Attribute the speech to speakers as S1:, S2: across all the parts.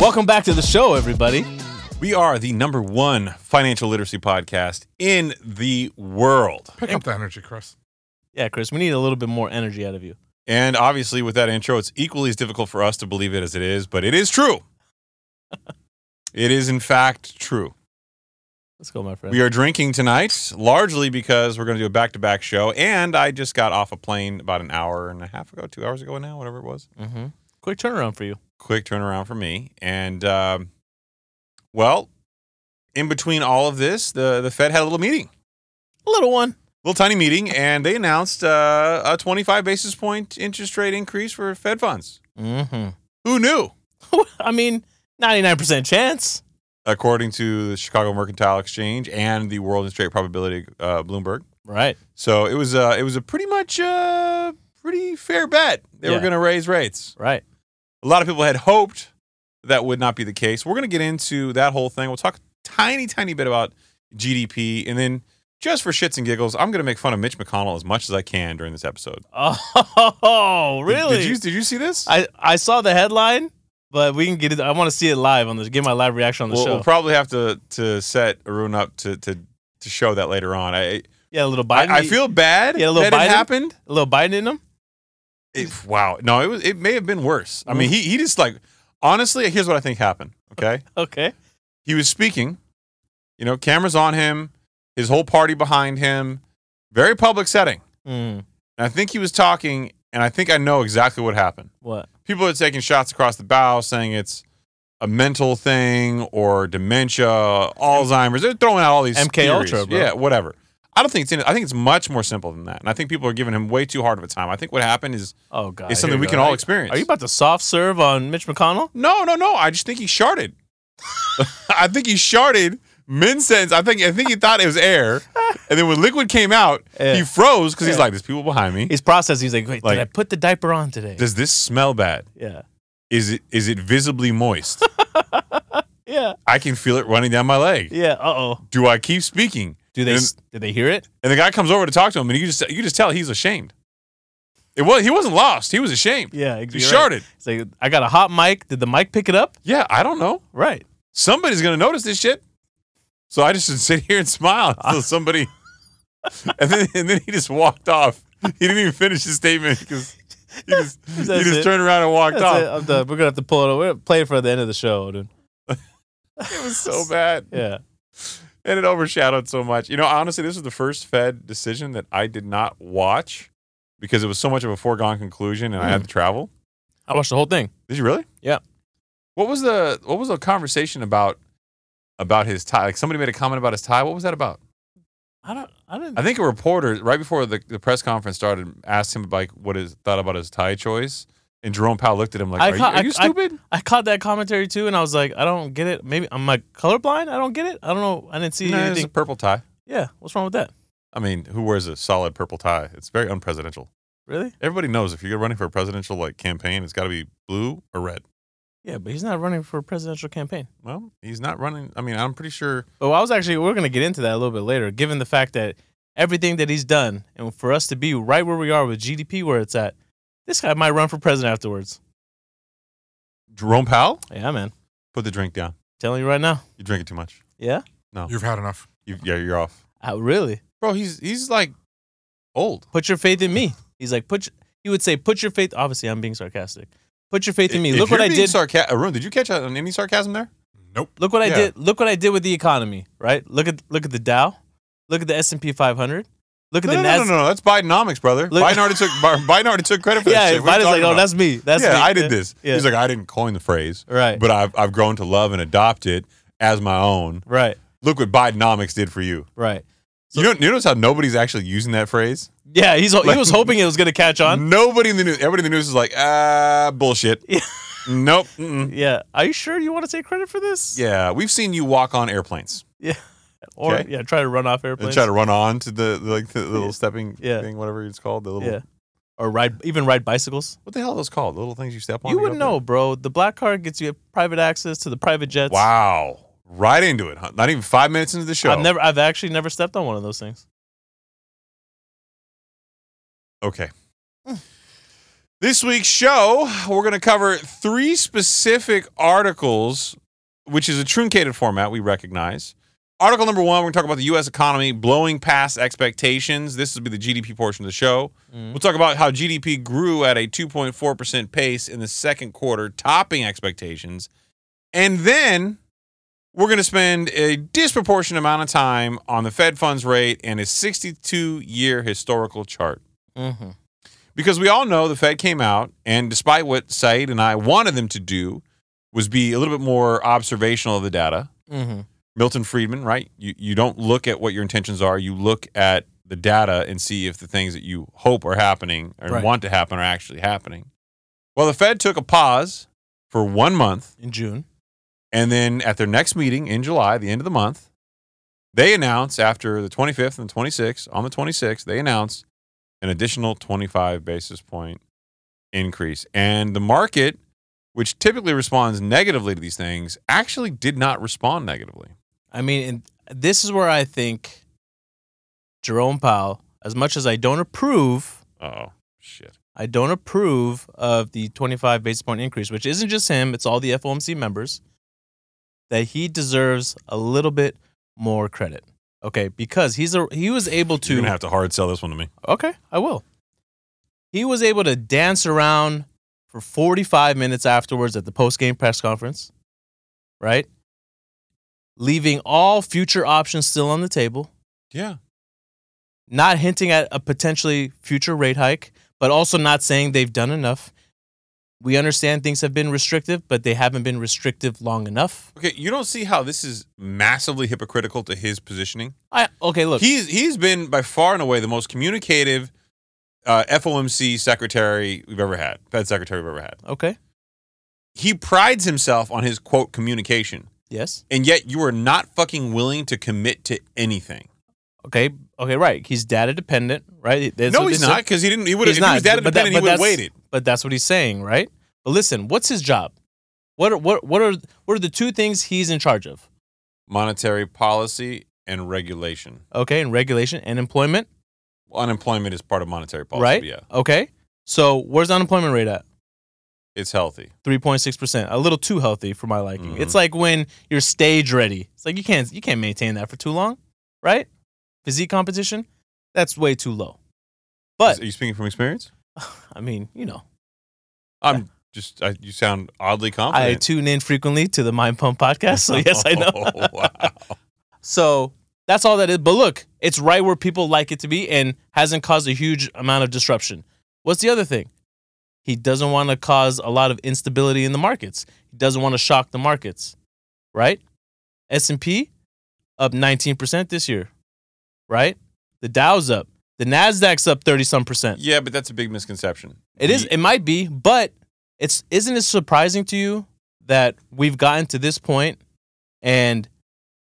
S1: Welcome back to the show, everybody.
S2: We are the number one financial literacy podcast in the world.
S3: Pick up the energy, Chris.
S1: Yeah, Chris, we need a little bit more energy out of you.
S2: And obviously, with that intro, it's equally as difficult for us to believe it as it is, but it is true. it is, in fact, true.
S1: Let's go, my friend.
S2: We are drinking tonight, largely because we're going to do a back to back show. And I just got off a plane about an hour and a half ago, two hours ago now, whatever it was.
S1: mm-hmm. Quick turnaround for you.
S2: Quick turnaround for me. And, um, well, in between all of this, the, the Fed had a little meeting,
S1: A little one.
S2: little tiny meeting, and they announced uh, a 25 basis point interest rate increase for Fed funds.
S1: Mm-hmm.
S2: Who knew?
S1: I mean, 99% chance.
S2: according to the Chicago Mercantile Exchange and the World Interest Rate Probability uh, Bloomberg.
S1: Right.
S2: So it was uh, it was a pretty much uh, pretty fair bet they were
S1: Yeah.
S2: going to raise rates.
S1: Right.
S2: A lot of people had hoped that would not be the case. We're going to get into that whole thing. We'll talk a tiny tiny bit about GDP and then. Just for shits and giggles, I'm going to make fun of Mitch McConnell as much as I can during this episode.
S1: Oh,
S2: Did-
S1: really?
S2: Did, you did you see this?
S1: I, I saw the headline, but we can get it. I want to see it live on this. Get my live reaction on the
S2: we'll,
S1: show.
S2: we'll probably have to to set Arun up to to to show that later on. I
S1: yeah, a little
S2: I,
S1: Biden.
S2: I feel bad
S1: Yeah, a little
S2: that
S1: Biden?
S2: it happened.
S1: a little Biden in him.
S2: It, wow. No, it was. It may have been worse. I
S1: Mm-hmm.
S2: mean, he he just like honestly. Here's what I think happened. Okay,
S1: Okay.
S2: he was speaking. You know, cameras on him, his whole party behind him, very public setting.
S1: Mm,
S2: And I think he was talking, and I think I know exactly what happened.
S1: what?
S2: People are taking shots across the bow, saying it's a mental thing or dementia, Alzheimer's. They're throwing out all these
S1: MK
S2: theories.
S1: Ultra, bro.
S2: Yeah, whatever. I don't think it's. In, I think it's much more simple than that, and I think people are giving him way too hard of a time. I think what happened is
S1: Oh, God.
S2: is something
S1: Here
S2: we
S1: go.
S2: can all experience.
S1: Are you about to soft serve on Mitch McConnell?
S2: No, no, no. I just think he sharted. I think he sharted Minsense. I think I think he thought it was air, and then when liquid came out,
S1: Yeah.
S2: he froze because he's
S1: Yeah.
S2: like, "There's people behind me.
S1: He's processing. He's like, wait,
S2: Like-
S1: did I put the diaper on today?
S2: Does this smell bad?
S1: yeah.
S2: Is it is it visibly moist?
S1: Yeah.
S2: I can feel it running down my leg.
S1: Yeah. Uh oh.
S2: Do I keep speaking?"
S1: Do they?
S2: And-
S1: s did they hear it?
S2: And the guy comes over to talk to him, and you just you just tell he's ashamed. It was he wasn't lost. He was ashamed.
S1: Yeah.
S2: He
S1: Exactly.
S2: sharted.
S1: It's like I got a hot mic. Did the mic pick it up?
S2: Yeah, I don't know.
S1: Right.
S2: somebody's gonna notice this shit. So I just should sit here and smile until somebody. and then and then he just walked off. He didn't even finish his statement because he just, he
S1: That's
S2: just
S1: it.
S2: turned around and walked
S1: That's it.
S2: off.
S1: I'm done. We're gonna have to pull it. Over. We're gonna play it for the end of the show, dude.
S2: It was so bad,
S1: Yeah.
S2: and it overshadowed so much. You know, honestly, this was the first Fed decision that I did not watch because it was so much of a foregone conclusion, and I
S1: Mm.
S2: had to travel.
S1: I watched the whole thing.
S2: Did you really?
S1: Yeah.
S2: What was the what was the conversation about about his tie? Like somebody made a comment about his tie. What was that about?
S1: I don't. I didn't.
S2: I think a reporter right before the, the press conference started asked him like what his thought about his tie choice, and Jerome Powell looked at him like,
S1: I
S2: "Are, you,
S1: ca-
S2: are you
S1: I- I-
S2: stupid?"
S1: I caught that commentary too, and I was like, I don't get it. Maybe I'm like colorblind. I don't get it. I don't know. I didn't see
S2: no, it's a
S1: anything.
S2: purple tie.
S1: Yeah. What's wrong with that?
S2: I mean, who wears a solid purple tie? It's very unpresidential.
S1: Really?
S2: Everybody knows if you're running for a presidential like campaign, it's got to be blue or red.
S1: Yeah, but he's not running for a presidential campaign.
S2: Well, he's not running. I mean, I'm pretty sure.
S1: Oh, I was actually we're gonna get into that a little bit later, given the fact that everything that he's done and for us to be right where we are with GDP where it's at, this guy might run for president afterwards.
S2: Jerome Powell
S1: Yeah, man.
S2: put the drink down.
S1: Telling you right now.
S2: You're drinking too much.
S1: Yeah?
S3: You've had enough.
S2: You, yeah, you're off,
S1: Uh, really?
S2: bro. He's he's like old.
S1: Put your faith in me. He's like, put your, he would say, put your faith obviously I'm being sarcastic. Put your faith in me.
S2: If
S1: Look what
S2: you're
S1: I
S2: being
S1: did.
S2: Sarca- Arun, did you catch on any sarcasm there?
S3: Nope.
S1: look what I
S2: yeah.
S1: did. Look what I did with the economy, right? Look at look at the Dow. Look at the S&P 500. Look at
S2: No,
S1: the
S2: no, no,
S1: Nasdaq.
S2: no, no, that's Bidenomics, brother.
S1: Look-
S2: Biden already took Biden already took credit for that
S1: Yeah,
S2: shit. What are you
S1: Biden's like,
S2: talking
S1: "Oh,
S2: about?"
S1: that's me. That's
S2: yeah,
S1: me.
S2: I did this.
S1: Yeah.
S2: He's like, I didn't coin the phrase,
S1: right.
S2: but I've I've grown to love and adopt it as my own.
S1: right.
S2: Look what Bidenomics did for you.
S1: Right.
S2: you don't you notice how nobody's actually using that phrase?
S1: Yeah, he's he
S2: Like-
S1: was hoping it was gonna catch on.
S2: Nobody in the news. Everybody in the news is like, ah, bullshit.
S1: Yeah.
S2: nope. Mm-mm.
S1: Yeah. Are you sure you want to take credit for this?
S2: Yeah, we've seen you walk on airplanes
S1: Or
S2: Okay.
S1: yeah, try to run off
S2: and
S1: airplanes.
S2: try to run on to the, the like the little
S1: Yeah.
S2: stepping
S1: Yeah.
S2: thing, whatever it's called. The little
S1: yeah. Or ride even ride bicycles.
S2: what the hell are those called? The little things you step on.
S1: You
S2: to
S1: wouldn't
S2: get up
S1: know, bro. The black card gets you private access to the private jets.
S2: there? Wow, right into it. Huh? Not even five minutes into the show.
S1: I've never I've actually never stepped on one of those things. Mm.
S2: Okay. This week's show, we're going to cover three specific articles, which is a truncated format we recognize. Article number one, we're going to talk about the U.S. economy blowing past expectations. This will be the GDP portion of the show.
S1: Mhm.
S2: We'll talk about how GDP grew at a 2.4% pace in the second quarter, topping expectations. And then we're going to spend a disproportionate amount of time on the Fed funds rate and its 62 year historical chart
S1: Mm-hmm.
S2: because we all know the Fed came out and despite what Said and I wanted them to do was be a little bit more observational of the data.
S1: Mm-hmm.
S2: Milton Friedman, right? You you don't look at what your intentions are, you look at the data and see if the things that you hope are happening or
S1: Right.
S2: want to happen are actually happening. Well, the Fed took a pause for 1 month
S1: In June.
S2: and then at their next meeting in July, the end of the month, they announced after the 25th and 26th, on the 26th, they announced an additional 25 basis point increase. And the market, which typically responds negatively to these things, actually did not respond negatively.
S1: I mean, and this is where I think Jerome Powell, as much as I don't approve,
S2: Oh, shit.
S1: I don't approve of the 25 basis point increase, which isn't just him, it's all the FOMC members, that he deserves a little bit more credit. Okay, because he's a he was able to
S2: You're going to have to hard sell this one to me.
S1: Okay, I will. He was able to dance around for 45 minutes afterwards at the post-game press conference, right? Leaving all future options still on the table,
S2: Yeah.
S1: not hinting at a potentially future rate hike, but also not saying they've done enough. We understand things have been restrictive, but they haven't been restrictive long enough.
S2: Okay, you don't see how this is massively hypocritical to his positioning?
S1: I okay, look.
S2: He's he's been by far and away the most communicative uh, FOMC secretary we've ever had, Fed secretary we've ever had.
S1: okay.
S2: He prides himself on his quote communication,
S1: Yes.
S2: and yet you are not fucking willing to commit to anything.
S1: Okay. Okay, right. He's data dependent, right? That's
S2: no,
S1: what
S2: he's
S1: they said.
S2: not because he didn't. He would have.
S1: He's
S2: If he was
S1: not,
S2: data
S1: but that-
S2: dependent,
S1: but
S2: he would have
S1: that's-
S2: waited.
S1: But that's what he's saying, right? But listen, what's his job? What are, what what are what are the two things he's in charge of?
S2: Monetary policy and regulation.
S1: Okay, and regulation and employment,
S2: Unemployment is part of monetary policy.
S1: right?
S2: Yeah,
S1: Okay. So where's the unemployment rate at?
S2: it's healthy.
S1: Three point six percent. A little too healthy for my liking.
S2: Mhm.
S1: It's like when you're stage ready. It's like you can't you can't maintain that for too long, right? Physique competition, that's way too low. But
S2: are you speaking from experience?
S1: I mean, you know,
S2: I'm just. I, you sound oddly
S1: I
S2: confident.
S1: tune in frequently to the Mind Pump podcast, so yes, I know.
S2: Oh, wow.
S1: So that's all that is. But look, it's right where people like it to be and hasn't caused a huge amount of disruption. What's the other thing? He doesn't want to cause a lot of instability in the markets. He doesn't want to shock the markets, right? S&P up 19% this year, right? The Dow's up. The Nasdaq's up 30 some percent.
S2: Yeah, but that's a big misconception.
S1: It is
S2: The-
S1: it might be, but it's isn't it surprising to you that we've gotten to this point and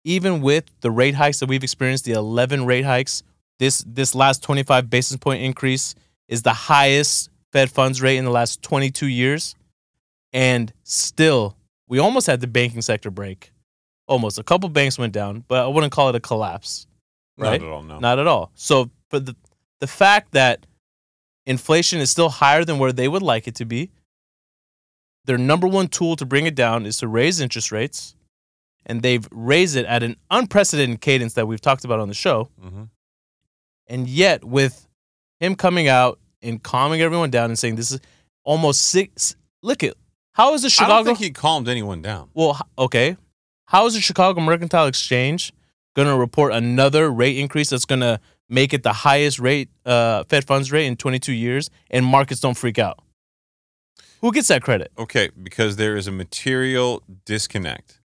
S1: even with the rate hikes that we've experienced, the 11 rate hikes, this this last 25 basis point increase is the highest Fed funds rate in the last 22 years and still we almost had the banking sector break. Almost a couple banks went down, but I wouldn't call it a collapse. right?
S2: Not at all. No.
S1: Not at all. So, but the, the fact that inflation is still higher than where they would like it to be, their number one tool to bring it down is to raise interest rates. And they've raised it at an unprecedented cadence that we've talked about on the show.
S2: hmm
S1: And yet, with him coming out and calming everyone down and saying this is almost six, look at how is the
S2: I don't
S1: Chicago
S2: think he calmed anyone down.
S1: well, h- okay. How is the Chicago Mercantile Exchange going to report another rate increase that's going to make it the highest rate, uh, Fed funds rate in 22 years, and markets don't freak out? Who gets that credit?
S2: Okay, because there is a material disconnect.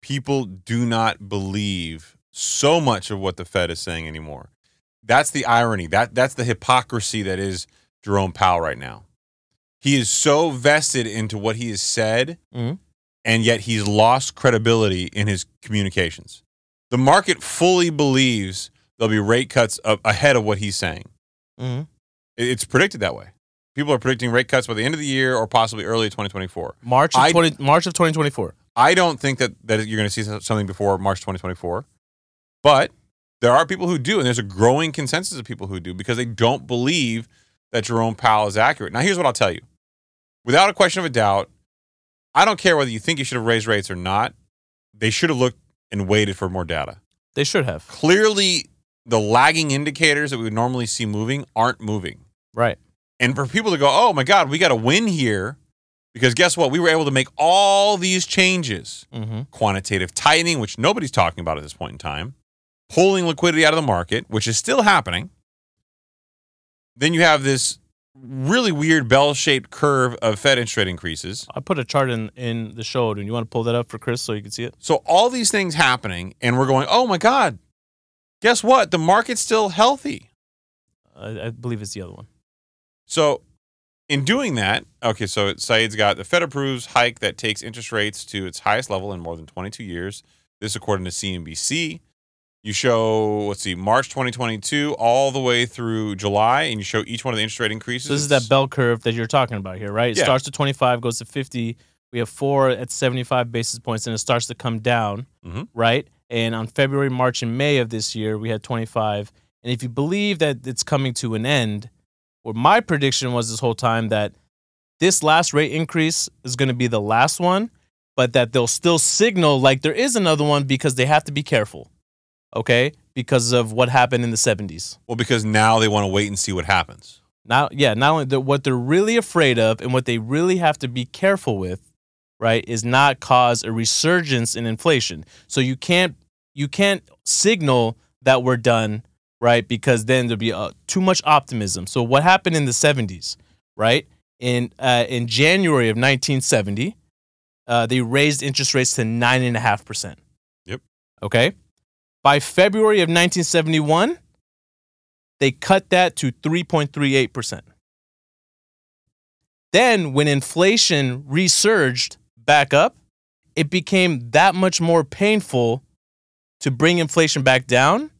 S2: People do not believe so much of what the Fed is saying anymore. That's the irony. That that's the hypocrisy that is Jerome Powell right now. He is so vested into what he has said,
S1: Mhm.
S2: and yet he's lost credibility in his communications. The market fully believes there'll be rate cuts a- ahead of what he's saying.
S1: Mm-hmm.
S2: It- It's predicted that way. People are predicting rate cuts by the end of the year or possibly early 2024.
S1: March of
S2: I-
S1: 20, March of 2024.
S2: I don't think that, that you're going to see so- something before March 2024, but there are people who do, and there's a growing consensus of people who do because they don't believe that Jerome Powell is accurate. Now, here's what I'll tell you. Without a question of a doubt, I don't care whether you think you should have raised rates or not. They should have looked and waited for more data.
S1: They should have.
S2: Clearly, the lagging indicators that we would normally see moving aren't moving.
S1: Right.
S2: And for people to go, oh my God, we got to win here because guess what? We were able to make all these changes
S1: Mm-hmm.
S2: quantitative tightening, which nobody's talking about at this point in time, pulling liquidity out of the market, which is still happening. Then you have this really weird bell shaped curve of Fed interest rate increases.
S1: I put a chart in in the show. Do you want to pull that up for Chris so you can see it?
S2: So all these things happening, and we're going, oh my God, guess what? The market's still healthy.
S1: I, I believe it's the other one.
S2: So, in doing that, okay, so Saeed's got the Fed approves hike that takes interest rates to its highest level in more than 22 years. This, according to CNBC. You show, let's see, March 2022 all the way through July, and you show each one of the interest rate increases.
S1: So this is that bell curve that you're talking about here, right? It
S2: Yeah.
S1: starts at 25, goes to 50. We have four at 75 basis points, and it starts to come down,
S2: Mhm.
S1: right? And on February, March, and May of this year, we had 25. And if you believe that it's coming to an end, what my prediction was this whole time that this last rate increase is going to be the last one, but that they'll still signal like there is another one because they have to be careful, okay? Because of what happened in the 70s.
S2: Well, because now they want to wait and see what happens.
S1: Not yeah, not only the, what they're really afraid of and what they really have to be careful with, right, is not cause a resurgence in inflation. So you can't you can't signal that we're done, right? Because then there'll be uh, too much optimism. So what happened in the 70s, right? In uh, in January of 1970, uh, they raised interest rates to nine and a half percent.
S2: Yep.
S1: Okay. By February of 1971, they cut that to 3.38%. Then, when inflation resurged back up, it became that much more painful to bring inflation back down.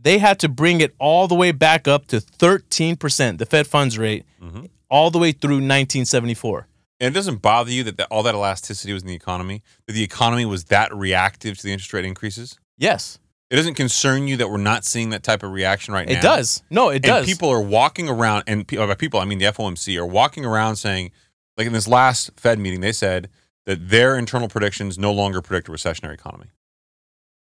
S1: They had to bring it all the way back up to 13%, the Fed funds rate,
S2: Mhm.
S1: all the way through 1974.
S2: And it doesn't bother you that the, all that elasticity was in the economy, that the economy was that reactive to the interest rate increases.
S1: Yes,
S2: It doesn't concern you that we're not seeing that type of reaction right now.
S1: it does. No, it
S2: and
S1: does.
S2: people are walking around, and pe- by people I mean the FOMC are walking around saying, like in this last Fed meeting, they said that their internal predictions no longer predict a recessionary economy.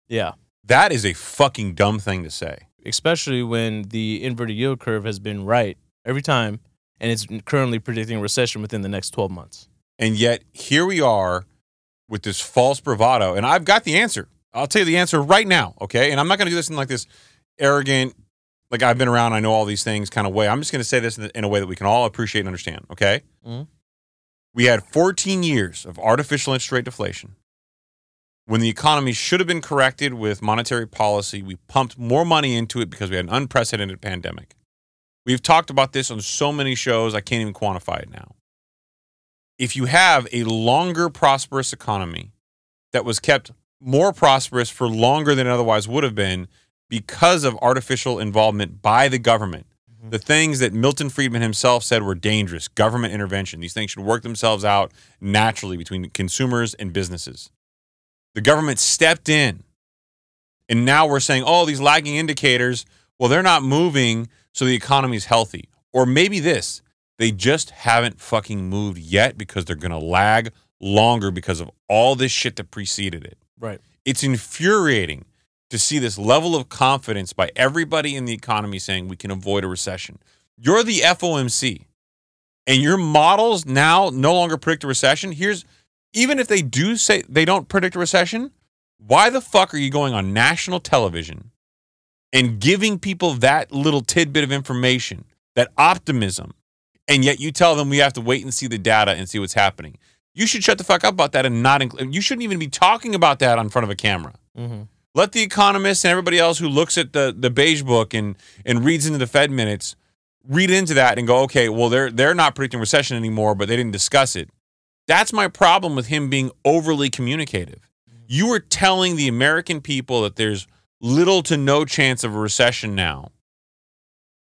S1: yeah,
S2: That is a fucking dumb thing to say.
S1: especially when the inverted yield curve has been right every time and it's currently predicting recession within the next 12 months.
S2: And yet here we are with this false bravado, and I've got the answer. I'll tell you the answer right now, okay? And I'm not going to do this in like this arrogant, like I've been around, I know all these things kind of way. I'm just going to say this in in a way that we can all appreciate and understand, okay?
S1: Mhm.
S2: We had 14 years of artificial interest rate deflation. When the economy should have been corrected with monetary policy, we pumped more money into it because we had an unprecedented pandemic. We've talked about this on so many shows, I can't even quantify it now. If you have a longer prosperous economy that was kept more prosperous for longer than it otherwise would have been because of artificial involvement by the government, the things that Milton Friedman himself said were dangerous, government intervention, these things should work themselves out naturally between consumers and businesses. The government stepped in. And now we're saying, oh, these lagging indicators, well, they're not moving, so the economy's healthy. Or maybe this, they just haven't fucking moved yet because they're going to lag longer because of all this shit that preceded it.
S1: Right.
S2: It's infuriating to see this level of confidence by everybody in the economy saying we can avoid a recession. You're the FOMC and your models now no longer predict a recession. Here's even if they do say they don't predict a recession, why the fuck are you going on national television and giving people that little tidbit of information, that optimism, and yet you tell them we have to wait and see the data and see what's happening? You should shut the fuck up about that and not include. You shouldn't even be talking about that on front of a camera.
S1: Mm-hmm.
S2: Let the economists and everybody else who looks at the the beige book and and reads into the Fed minutes read into that and go, okay, well they're they're not predicting recession anymore, but they didn't discuss it. That's my problem with him being overly communicative. You are telling the American people that there's little to no chance of a recession now.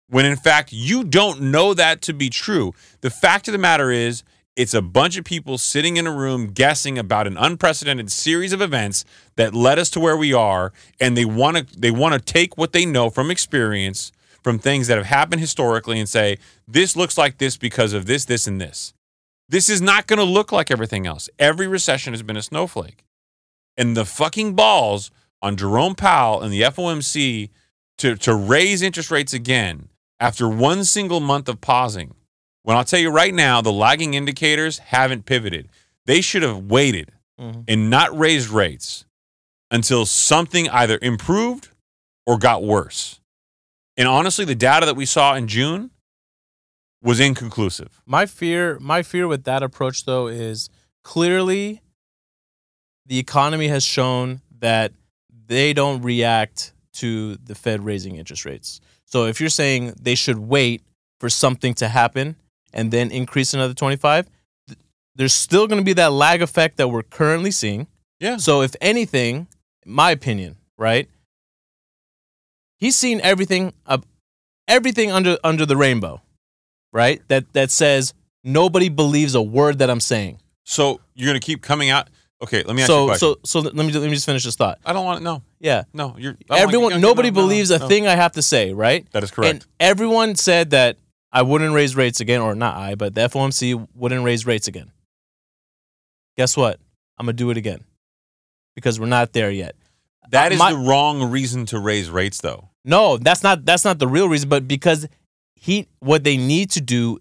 S2: When in fact you don't know that to be true. The fact of the matter is it's a bunch of people sitting in a room guessing about an unprecedented series of events that led us to where we are and they want to they want to take what they know from experience from things that have happened historically and say, this looks like this because of this, this, and this. This is not going to look like everything else. Every recession has been a snowflake. And the fucking balls on Jerome Powell and the FOMC to, to raise interest rates again after one single month of pausing. When I'll tell you right now, the lagging indicators haven't pivoted. They should have waited
S1: Mhm.
S2: and not raised rates until something either improved or got worse. And honestly, the data that we saw in June was inconclusive.
S1: My fear, my fear with that approach though is clearly the economy has shown that they don't react to the Fed raising interest rates. So if you're saying they should wait for something to happen and then increase another 25, th- there's still going to be that lag effect that we're currently seeing.
S2: Yeah.
S1: So if anything, my opinion, right? He's seen everything up everything under under the rainbow, right? That that says nobody believes a word that I'm saying.
S2: So you're going to keep coming out. Okay, let me ask you a
S1: so
S2: question.
S1: so so let me let me just finish this thought.
S2: I don't want to. No,
S1: Yeah.
S2: no. You're I don't
S1: Everyone
S2: wanna- no,
S1: nobody
S2: no, no,
S1: believes a
S2: no.
S1: thing I have to say, right?
S2: That is correct.
S1: And everyone said that I wouldn't raise rates again, or not I, but the FOMC wouldn't raise rates again. Guess what? I'm gonna do it again. Because we're not there yet.
S2: that is
S1: my-
S2: the wrong reason to raise rates, though.
S1: No, that's not that's not the real reason, but because he what they need to do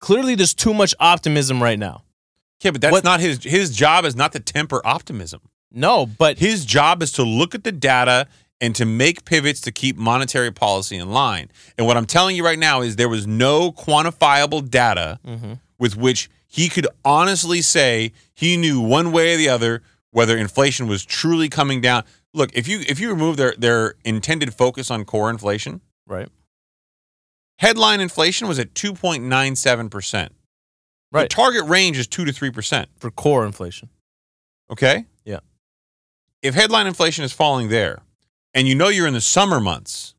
S1: clearly there's too much optimism right now.
S2: Yeah, but that's
S1: What-
S2: not his. His job is not to temper optimism.
S1: No, but
S2: His job is to look at the data and to make pivots to keep monetary policy in line. And what I'm telling you right now is there was no quantifiable data
S1: Mhm.
S2: with which he could honestly say he knew one way or the other whether inflation was truly coming down. Look, if you if you remove their their intended focus on core inflation,
S1: right.
S2: headline inflation was at 2.97%. The
S1: Right.
S2: target range is 2 to 3%,
S1: For core inflation.
S2: okay?
S1: Yeah.
S2: If headline inflation is falling there and you know you're in the summer months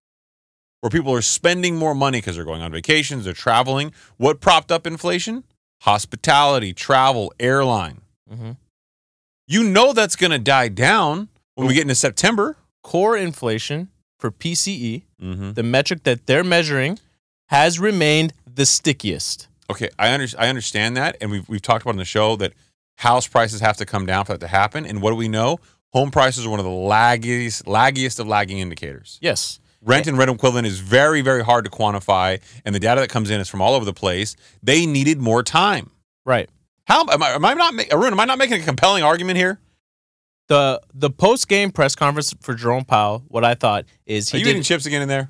S2: where people are spending more money cuz they're going on vacations, they're traveling, what propped up inflation? Hospitality, travel, airline.
S1: Mhm.
S2: You know that's going to die down when we get into September.
S1: Core inflation for PCE,
S2: Mm-hmm.
S1: the metric that they're measuring, has remained the stickiest.
S2: Okay, I under, I understand that, and we've we've talked about on the show that house prices have to come down for that to happen. And what do we know? Home prices are one of the laggiest laggiest of lagging indicators.
S1: Yes.
S2: Rent and rent equivalent is very very hard to quantify, and the data that comes in is from all over the place. They needed more time.
S1: Right.
S2: How am I, am I not ma- Arun? Am I not making a compelling argument here?
S1: The the post game press conference for Jerome Powell, what I thought is
S2: Are
S1: he
S2: you eating
S1: did
S2: chips again in there?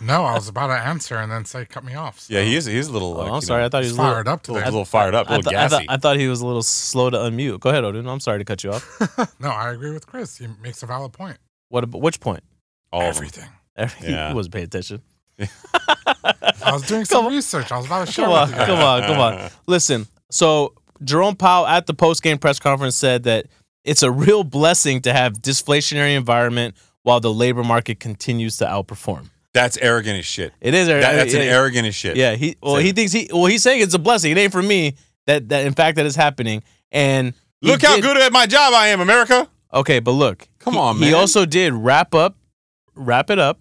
S3: No, I was about to answer and then say, cut me off. so
S2: Yeah, he is. He's a little.
S1: Oh,
S2: like,
S1: I'm
S2: you
S1: sorry, I
S2: know,
S1: thought he
S3: he's
S1: was a little,
S3: fired
S2: a
S3: up
S2: little,
S3: today.
S2: a little fired up, a
S1: I,
S2: little
S1: th- I,
S2: gassy.
S1: th- I thought he was a little slow to unmute. Go ahead, Odin. I'm sorry to cut you off.
S3: No, I agree with Chris. He makes a valid point.
S1: What about which point?
S2: All of them.
S3: Everything.
S1: he
S2: Yeah.
S1: wasn't paying attention.
S3: I was doing some research. I was about to share
S1: Come on,
S3: with you guys.
S1: come on, come on. Listen, so Jerome Powell at the post game press conference said that it's a real blessing to have deflationary environment while the labor market continues to outperform.
S2: That's arrogant as shit.
S1: It is. uh,
S2: That- that's
S1: yeah,
S2: an arrogant as shit.
S1: Yeah, he well he thinks he well he's saying it's a blessing. It ain't for me that that in fact that is happening. And he
S2: Look how
S1: did-
S2: good at my job I am, America.
S1: Okay, but look,
S2: Come
S1: he-
S2: on,
S1: He
S2: man.
S1: also did wrap up, wrap it up.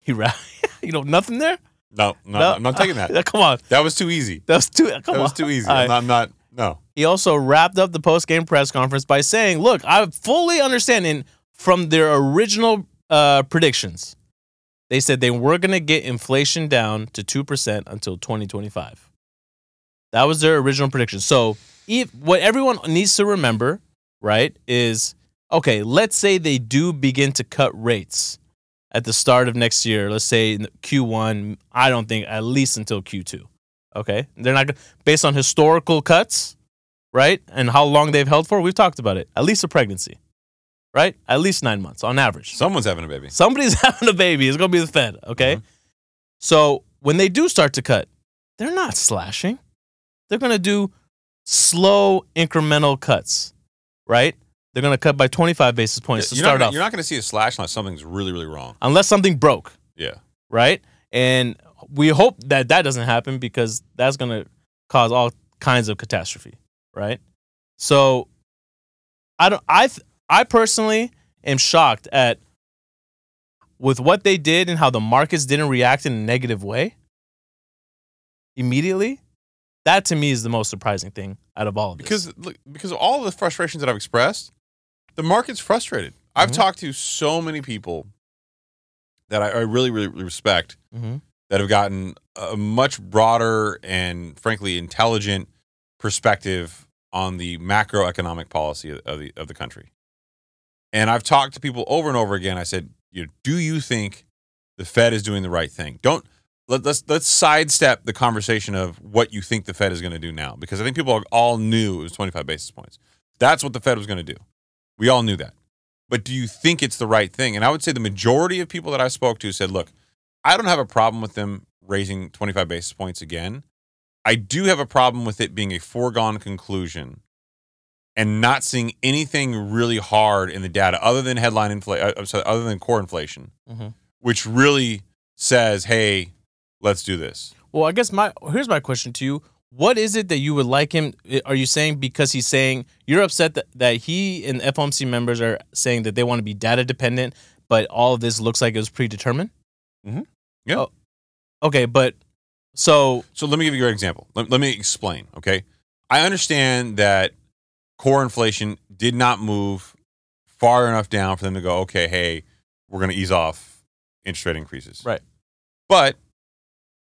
S1: He wrap. you know nothing there.
S2: No, no, no, I'm not taking that.
S1: come on,
S2: That was too easy.
S1: that was too. Come
S2: That
S1: on.
S2: was too easy.
S1: All right.
S2: I'm, not, I'm not. No.
S1: He also wrapped up the post game press conference by saying, "Look, I fully understand." And from their original uh, predictions, they said they were going to get inflation down to two percent until 2025. That was their original prediction. So, if, what everyone needs to remember, right, is okay. Let's say they do begin to cut rates at the start of next year. Let's say in Q1. I don't think at least until Q2. Okay, they're not gonna- based on historical cuts right? And how long they've held for? We've talked about it. At least a pregnancy, right? At least nine months on average.
S2: Someone's having a baby.
S1: Somebody's having a baby. It's going to be the Fed, okay?
S2: Uh-huh.
S1: So when they do start to cut, they're not slashing. They're going to do slow incremental cuts, right? They're going to cut by 25 basis points to
S2: you're,
S1: start
S2: not,
S1: off,
S2: gonna- you're not going to see a slash unless something's really, really wrong.
S1: unless something broke,
S2: Yeah.
S1: right? And we hope that that doesn't happen because that's going to cause all kinds of catastrophe, right? So I don't I th- I personally am shocked at with what they did and how the markets didn't react in a negative way immediately, that to me is the most surprising thing out of all of this.
S2: because look, because of all the frustrations that I've expressed, the market's frustrated. I've
S1: Mhm.
S2: talked to so many people that I, I really, really respect
S1: Mhm.
S2: that have gotten a much broader and frankly intelligent perspective on the macroeconomic policy of- of the of the country. And I've talked to people over and over again. I said, you know, do you think the Fed is doing the right thing? Don't let, let's let's sidestep the conversation of what you think the Fed is going to do now, because I think people all knew it was 25 basis points. That's what the Fed was going to do. We all knew that. But do you think it's the right thing? And I would say the majority of people that I spoke to said, look, I don't have a problem with them raising 25 basis points again. I do have a problem with it being a foregone conclusion and not seeing anything really hard in the data other than headline inflation, I'm sorry, other than core inflation,
S1: Mhm.
S2: which really says, hey, let's do this.
S1: Well, I guess my here's my question to you. What is it that you would like him? eh, Are you saying because he's saying you're upset that, that he and FOMC members are saying that they want to be data dependent, but all of this looks like it was predetermined?
S2: Mhm. Yeah.
S1: Oh, okay, but so
S2: So let me give you a great example. Let, let me explain. Okay. I understand that core inflation did not move far enough down for them to go, okay, hey, we're going to ease off interest rate increases.
S1: Right.
S2: But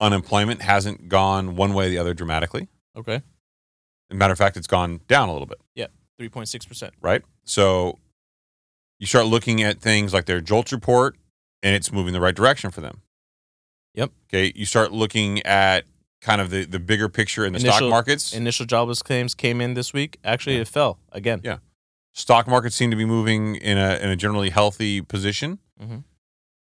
S2: unemployment hasn't gone one way or the other dramatically.
S1: okay,
S2: As a matter of fact, it's gone down a little bit
S1: three point six percent.
S2: right? So you start looking at things like their JOLTS report, and it's moving the right direction for them.
S1: Yep.
S2: Okay. You start looking at kind of the, the bigger picture in the
S1: Initial-
S2: stock markets.
S1: Initial jobless claims came in this week. Actually, it fell again.
S2: Yeah. stock markets seem to be moving in a in a generally healthy position.
S1: Mhm.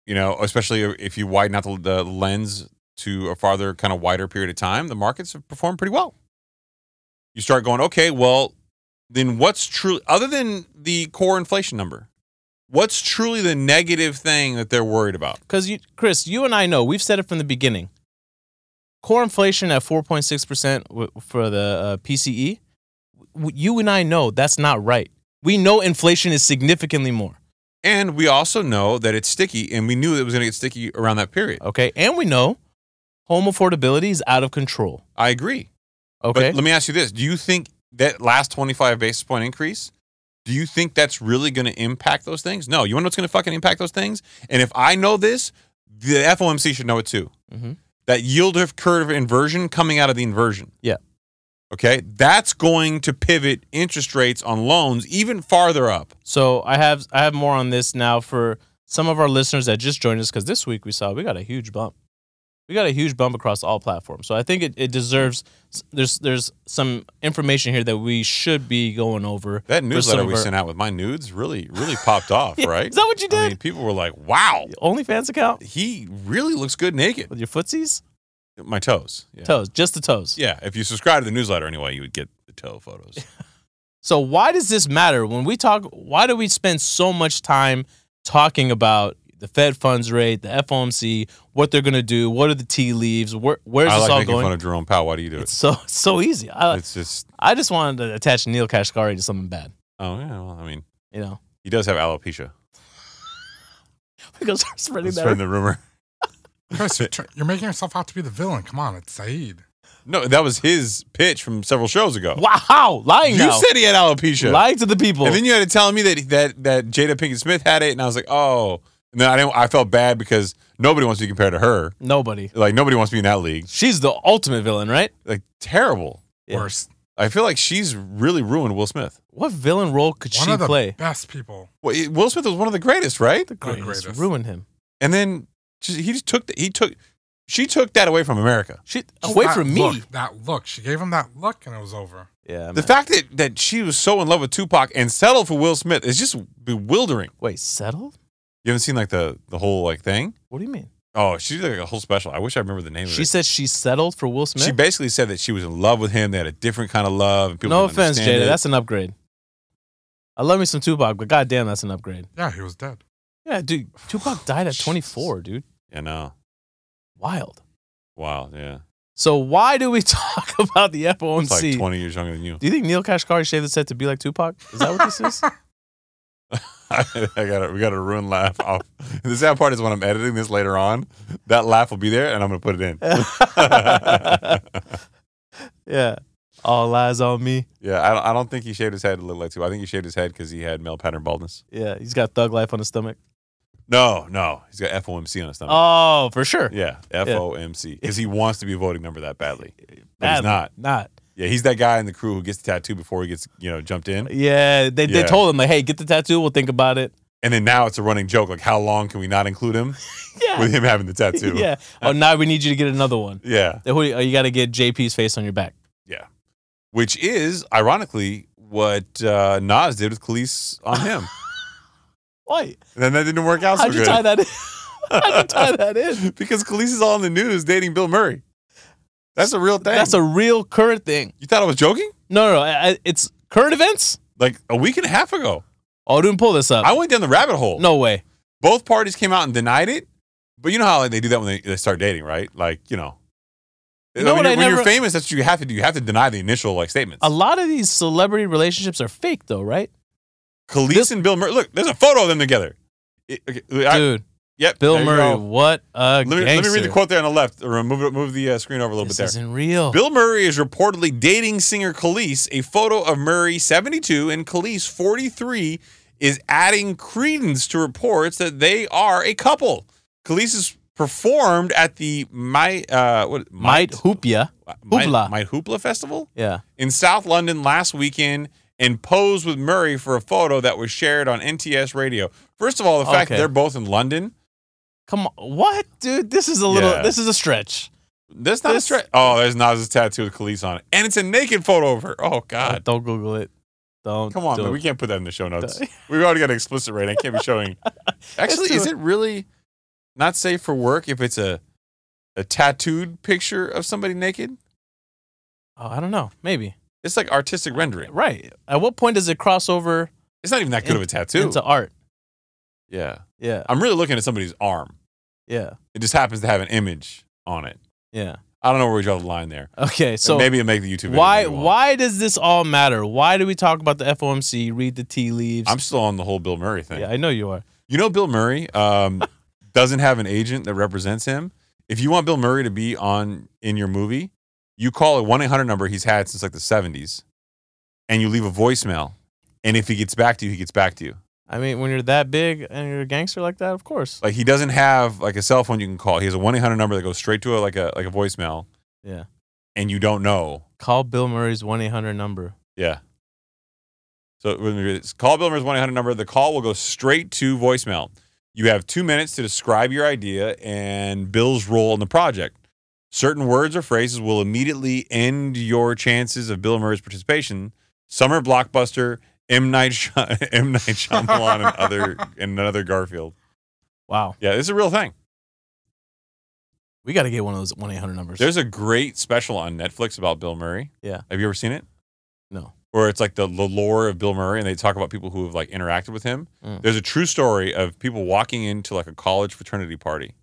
S2: You know, especially if you widen out the, the lens to a farther kind of wider period of time, the markets have performed pretty well. You start going, okay, well, then what's true other than the core inflation number? What's truly the negative thing that they're worried about?
S1: Because you, Chris, you and I know we've said it from the beginning. Core inflation at 4.6% w- for the uh, PCE, w- you and I know that's not right. We know inflation is significantly more,
S2: And we also know that it's sticky, and we knew it was going to get sticky around that period.
S1: okay? And we know home affordability is out of control,
S2: I agree.
S1: okay?
S2: But let me ask you this: Do you think that last twenty-five basis point increase? Do you think that's really going to impact those things? No. You want to know what's going to fucking impact those things? And if I know this, the FOMC should know it too.
S1: Mhm.
S2: That yield curve inversion coming out of the inversion.
S1: Yeah.
S2: Okay, that's going to pivot interest rates on loans even farther up.
S1: so I have I have more on this now for some of our listeners that just joined us because this week we saw we got a huge bump. We got a huge bump across all platforms. So I think it, it deserves there's there's some information here that we should be going over. for
S2: That
S1: some
S2: newsletter
S1: of
S2: we
S1: our-
S2: sent out with my nudes really, really popped off,
S1: Yeah,
S2: right?
S1: Is that what you
S2: I
S1: did?
S2: mean, people were like, "Wow,
S1: OnlyFans account
S2: he really looks good naked."
S1: with your footsies,
S2: My toes. Yeah.
S1: toes, just the toes.
S2: Yeah, if you subscribe to the newsletter anyway, you would get the toe photos.
S1: So why does this matter when we talk? Why do we spend so much time talking about the Fed funds rate, the FOMC, what they're gonna do, what are the tea leaves, where, where's
S2: I
S1: this
S2: like
S1: all
S2: making fun
S1: going?
S2: of Jerome Powell. Why do you do
S1: It's uh,
S2: it?
S1: so so easy. I,
S2: It's just
S1: I just wanted to attach Neil Kashkari to something bad,
S2: oh yeah. Well, I mean,
S1: you know,
S2: he does have alopecia.
S1: because we're spreading
S2: Let's
S1: that.
S2: spread the rumor.
S3: Chris, you're, tr- you're making yourself out to be the villain. Come on, it's Saeed.
S2: No, that was his pitch from several shows ago.
S1: Wow, lying
S2: You
S1: now,
S2: said he had alopecia,
S1: lying to the people.
S2: and then you had to tell me that that that Jada Pinkett Smith had it, and I was like, oh. And then I didn't. I felt bad because nobody wants to be compared to her.
S1: Nobody.
S2: Like nobody wants to be in that league.
S1: She's the ultimate villain, right?
S2: Like terrible.
S1: Yeah.
S3: Worst.
S2: I feel like she's really ruined Will Smith.
S1: What villain role could
S3: One
S1: she
S3: of the
S1: play?
S3: best people.
S2: Well, it- Will Smith was one of the greatest, right?
S1: The
S3: greatest.
S1: greatest. Ruin him.
S2: And then just, he just took the, he took she took that away from America.
S1: She
S3: Just
S1: away
S3: that
S1: from me.
S3: look, that look. She gave him that look and it was over.
S1: Yeah.
S2: The fact that, that she was so in love with Tupac and settled for Will Smith is just bewildering.
S1: Wait, settled?
S2: You haven't seen like the the whole like thing.
S1: What do you mean?
S2: Oh, she did like a whole special. I wish I remember the name
S1: She
S2: of it.
S1: said she settled for Will Smith.
S2: She basically said that she was in love with him. They had a different kind of love. And people
S1: no
S2: didn't
S1: offense,
S2: understand
S1: Jada.
S2: it.
S1: That's an upgrade. I love me some Tupac, but goddamn, that's an upgrade.
S3: Yeah, he was dead.
S1: Yeah, dude. Tupac died at 24, dude.
S2: yeah, no.
S1: Wild.
S2: Wow, yeah.
S1: So why do we talk about the
S2: It's like
S1: FOMC?
S2: twenty years younger than you.
S1: do you think Neil Kashkari shaved his head to be like Tupac? Is that what this is?
S2: I got to we got to ruin laugh off. The sad part is when I'm editing this later on, that laugh will be there, and I'm gonna put it in.
S1: yeah. All eyes on me.
S2: Yeah, I don't, I don't think he shaved his head to look like two. I think he shaved his head because he had male pattern baldness.
S1: Yeah, he's got thug life on his stomach.
S2: No, no, he's got FOMC on his stomach.
S1: Oh, for sure.
S2: Yeah, FOMC because he wants to be a voting member that badly, but he's
S1: Badly.
S2: not.
S1: Not.
S2: Yeah, he's that guy in the crew who gets the tattoo before he gets you know jumped in,
S1: Yeah, they, they
S2: Yeah.
S1: told him like, hey, get the tattoo. We'll think about it.
S2: and then now it's a running joke. Like, how long can we not include him
S1: Yeah.
S2: with him having the tattoo?
S1: yeah. Oh, now we need you to get another one.
S2: yeah.
S1: Then Who, oh, you got to get JP's face on your back.
S2: which is ironically what uh, Nas did with Khalees on him.
S1: Why?
S2: and then that didn't work out so
S1: How'd you
S2: good.
S1: tie that in? How'd you tie that in?
S2: because Khalees is all in the news dating Bill Murray. That's a real thing.
S1: That's a real current thing.
S2: you thought I was joking?
S1: No, no, no. I, I- it's current events.
S2: Like a week and a half ago,
S1: Oh, I didn't pull this up.
S2: I went down the rabbit hole.
S1: no way.
S2: both parties came out and denied it. But you know how like, they do that when they, they start dating, right? Like you know,
S1: You know
S2: when,
S1: what
S2: you're,
S1: I
S2: when you're
S1: never-
S2: famous, that's what you have to do. You have to deny the initial like statements.
S1: A lot of these celebrity relationships are fake, though, right?
S2: Khalees
S1: this-
S2: and Bill Murray. Look, there's a photo of them together. It- okay, I-
S1: Dude,
S2: yep, there
S1: Bill
S2: you
S1: Murray,
S2: go.
S1: what a
S2: Let me, let me
S1: gangster.
S2: read the quote there on the left, or move it- move the uh, screen over a little
S1: This
S2: bit there.
S1: isn't real.
S2: Bill Murray is reportedly dating singer Khalees. A photo of Murray, 72, and Khalees, 43, is adding credence to reports that they are a couple. Khalees has performed at the My uh, what
S1: Might hoop ya.
S2: Might-
S1: Hoopla.
S2: Might Hoopla Festival
S1: Yeah.
S2: in South London last weekend and posed with Murray for a photo that was shared on NTS Radio. First of all, the fact that
S1: Okay.
S2: they're both in London.
S1: Come on. What? Dude, this is a little,
S2: Yeah.
S1: this is a stretch.
S2: That's not
S1: This-
S2: a stretch. Oh, there's Nas's tattoo with Khalees on it, and it's a naked photo of her. Oh God.
S1: Don't Google it. Don't.
S2: Come on,
S1: do
S2: man.
S1: it.
S2: We can't put that in the show notes.
S1: Don't.
S2: We've already got an explicit rating. I can't be showing. Actually,
S1: too-
S2: is it really not safe for work if it's a a tattooed picture of somebody naked?
S1: Oh, I don't know. Maybe.
S2: It's like
S1: Uh,
S2: artistic rendering.
S1: Right. At what point does it cross over
S2: It's not even that good of a tattoo.
S1: into art?
S2: yeah.
S1: Yeah.
S2: I'm really looking at somebody's arm.
S1: Yeah.
S2: It just happens to have an image on it.
S1: Yeah.
S2: I don't know where we draw the line there.
S1: Okay.
S2: So
S1: So
S2: maybe it'll make the YouTube video.
S1: why
S2: we want.
S1: why does this all matter? Why do we talk about the FOMC, read the tea leaves?
S2: I'm still on the whole Bill Murray thing.
S1: yeah, I know you are.
S2: You know, Bill Murray um, doesn't have an agent that represents him. If you want Bill Murray to be on in your movie, you call a one eight hundred number he's had since like the seventies, and you leave a voicemail. And if he gets back to you, he gets back to you.
S1: I mean, when you're that big and you're a gangster like that, of course.
S2: Like he doesn't have like a cell phone you can call. He has a one eight hundred number that goes straight to a like a like a voicemail.
S1: Yeah.
S2: And you don't know.
S1: Call Bill Murray's 1 800 number.
S2: Yeah. So let me read this. call Bill Murray's 1 800 number. The call will go straight to voicemail. You have two minutes to describe your idea and Bill's role in the project. Certain words or phrases will immediately end your chances of Bill Murray's participation. Some are blockbuster, M. Night, Shy- M. Night Shyamalan, and, other, and another Garfield.
S1: Wow.
S2: Yeah, this is a real thing.
S1: We got to get one of those 1 800 numbers.
S2: There's a great special on Netflix about Bill Murray.
S1: Yeah.
S2: Have you ever seen it?
S1: No.
S2: Where it's like the, the lore of Bill Murray and they talk about people who have like interacted with him.
S1: Mm.
S2: There's a true story of people walking into like a college fraternity party.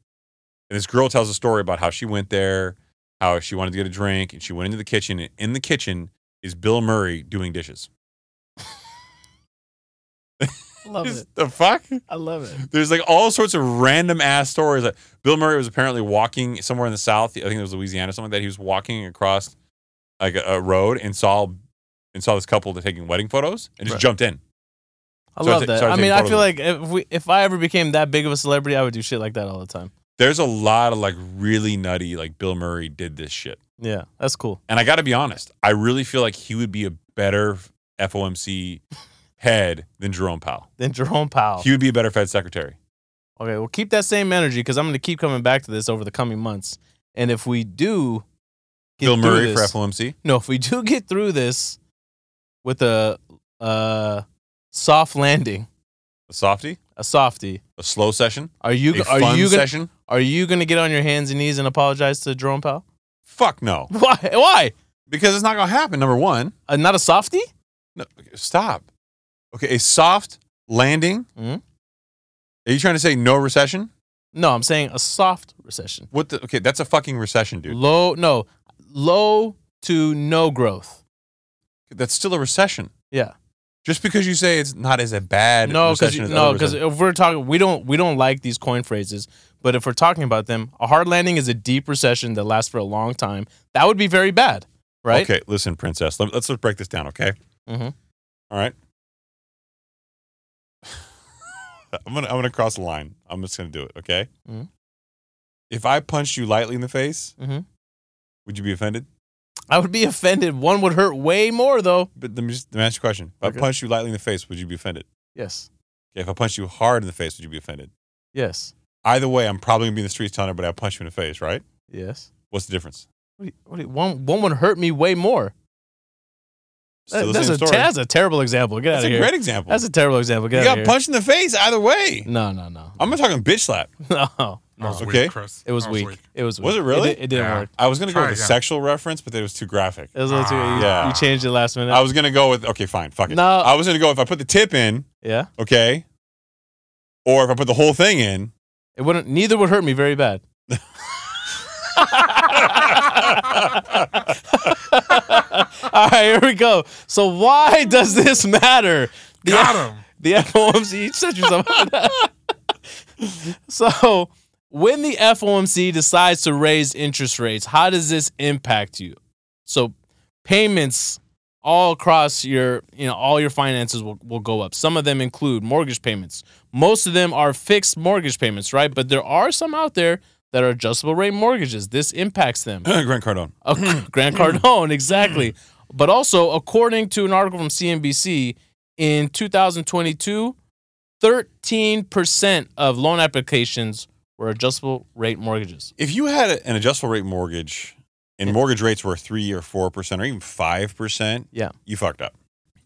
S2: And this girl tells a story about how she went there, how she wanted to get a drink, and she went into the kitchen. And in the kitchen is Bill Murray doing dishes.
S1: love
S2: Just- The fuck?
S1: I love it.
S2: There's like all sorts of random ass stories. Like Bill Murray was apparently walking somewhere in the South. I think it was Louisiana or something like that. He was walking across like a, a road and saw and saw this couple that taking wedding photos and just
S1: Right.
S2: jumped in.
S1: I
S2: Sorry,
S1: love
S2: ta-
S1: that.
S2: sorry,
S1: I mean,
S2: taking
S1: I feel
S2: photos
S1: like if we, if I ever became that big of a celebrity, I would do shit like that all the time.
S2: There's a lot of like really nutty like Bill Murray did this shit.
S1: Yeah, that's cool.
S2: And I got to be honest, I really feel like he would be a better FOMC head than Jerome Powell.
S1: Then Jerome Powell.
S2: He would be a better Fed secretary.
S1: Okay, well, keep that same energy because I'm going to keep coming back to this over the coming months. And if we do get
S2: Bill
S1: through
S2: Murray
S1: this,
S2: for FOMC.
S1: no, if we do get through this with a uh, soft landing,
S2: A softie,
S1: a softie,
S2: a slow session,
S1: are you
S2: a
S1: are
S2: fun
S1: you gonna,
S2: session.
S1: are you going to get on your hands and knees and apologize to Jerome Powell?
S2: Fuck no,
S1: Why? Why?
S2: because it's not gonna happen. Number one.
S1: Uh, not a softie?
S2: No, stop. Okay, a soft landing.
S1: Mhm.
S2: Are you trying to say no recession?
S1: No, I'm saying a soft recession.
S2: What the? Okay, that's a fucking recession, dude.
S1: Low, no, low to no growth. Mm-hmm.
S2: That's still a recession.
S1: Yeah.
S2: Just because you say it's not as a bad
S1: No, because
S2: recession as
S1: no,
S2: other
S1: because
S2: recessions.
S1: if we're talking, we don't we don't like these coin phrases. But if we're talking about them, a hard landing is a deep recession that lasts for a long time. That would be very bad, right?
S2: Okay, listen, princess. Let, let's let's break this down, okay?
S1: Mhm.
S2: All right. I'm gonna I'm gonna cross the line. I'm just gonna do it, okay?
S1: Mhm.
S2: If I punched you lightly in the face,
S1: Mhm.
S2: would you be offended?
S1: I would be offended. One would hurt way more though.
S2: But let me just let me ask you a question. If
S1: Okay.
S2: I punched you lightly in the face, would you be offended?
S1: Yes.
S2: Okay, if I punched you hard in the face, would you be offended?
S1: Yes. Yes.
S2: Either way, I'm probably gonna be in the streets telling everybody I punched you in the face, right?
S1: Yes.
S2: What's the difference?
S1: What do you- what do you- one one would hurt me way more.
S2: Still the
S1: That- that's,
S2: same
S1: a,
S2: story.
S1: that's a terrible example. Get
S2: That's
S1: out of
S2: a
S1: here.
S2: great example.
S1: that's a terrible example. Get
S2: you
S1: out
S2: got
S1: of here. Mm.
S2: punched in the face either way.
S1: No, no, no.
S2: I'm not talking bitch slap.
S1: no,
S3: That was
S1: no.
S2: Okay.
S3: weak, Chris.
S1: Oh, It was
S3: That
S1: weak. It was. Weak.
S2: Was it really?
S1: It, di- it didn't
S3: Yeah.
S1: work.
S2: I was gonna go with
S3: Try
S2: a
S3: again.
S2: sexual reference, but it was too graphic.
S1: It was a little too. you-
S2: Ah. Yeah.
S1: You changed it last minute.
S2: I was gonna go with okay, fine, fuck it.
S1: No.
S2: I was gonna go if I put the tip in,
S1: yeah.
S2: okay, or if I put the whole thing in.
S1: It wouldn't. Neither would hurt me very bad. All right, here we go. So why does this matter? The
S3: Got him.
S1: the FOMC you set yourself up. so when the FOMC decides to raise interest rates, how does this impact you? So payments all across your you know all your finances will, will go up. Some of them include mortgage payments. Most of them are fixed mortgage payments, right? But there are some out there that are adjustable rate mortgages. This impacts them.
S2: Grant Cardone.
S1: Uh, Grant Cardone, exactly. but also, according to an article from CNBC, in 2022, 13% of loan applications were adjustable rate mortgages.
S2: If you had a- an adjustable rate mortgage and mortgage rates were three or four percent or even five percent,
S1: Yeah.
S2: you fucked up.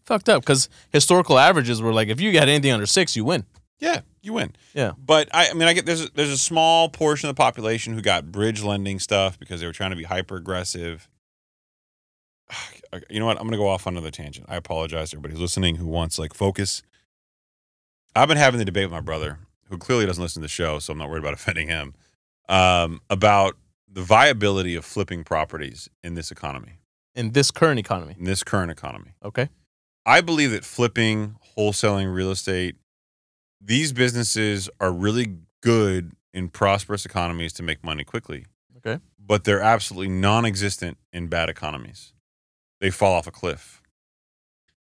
S1: Fucked up because historical averages were like if you got anything under six, you win.
S2: Yeah, you win.
S1: Yeah.
S2: But I, I mean, I get there's a, there's a small portion of the population who got bridge lending stuff because they were trying to be hyper aggressive. You know what? I'm gonna go off on another tangent. I apologize to everybody who's listening who wants like focus. I've been having the debate with my brother, who clearly doesn't listen to the show, so I'm not worried about offending him, um, about the viability of flipping properties in this economy,
S1: In this current economy,
S2: in this current economy.
S1: okay?
S2: I believe that flipping, wholesaling real estate, these businesses are really good in prosperous economies to make money quickly.
S1: Okay.
S2: But they're absolutely non existent in bad economies. They fall off a cliff.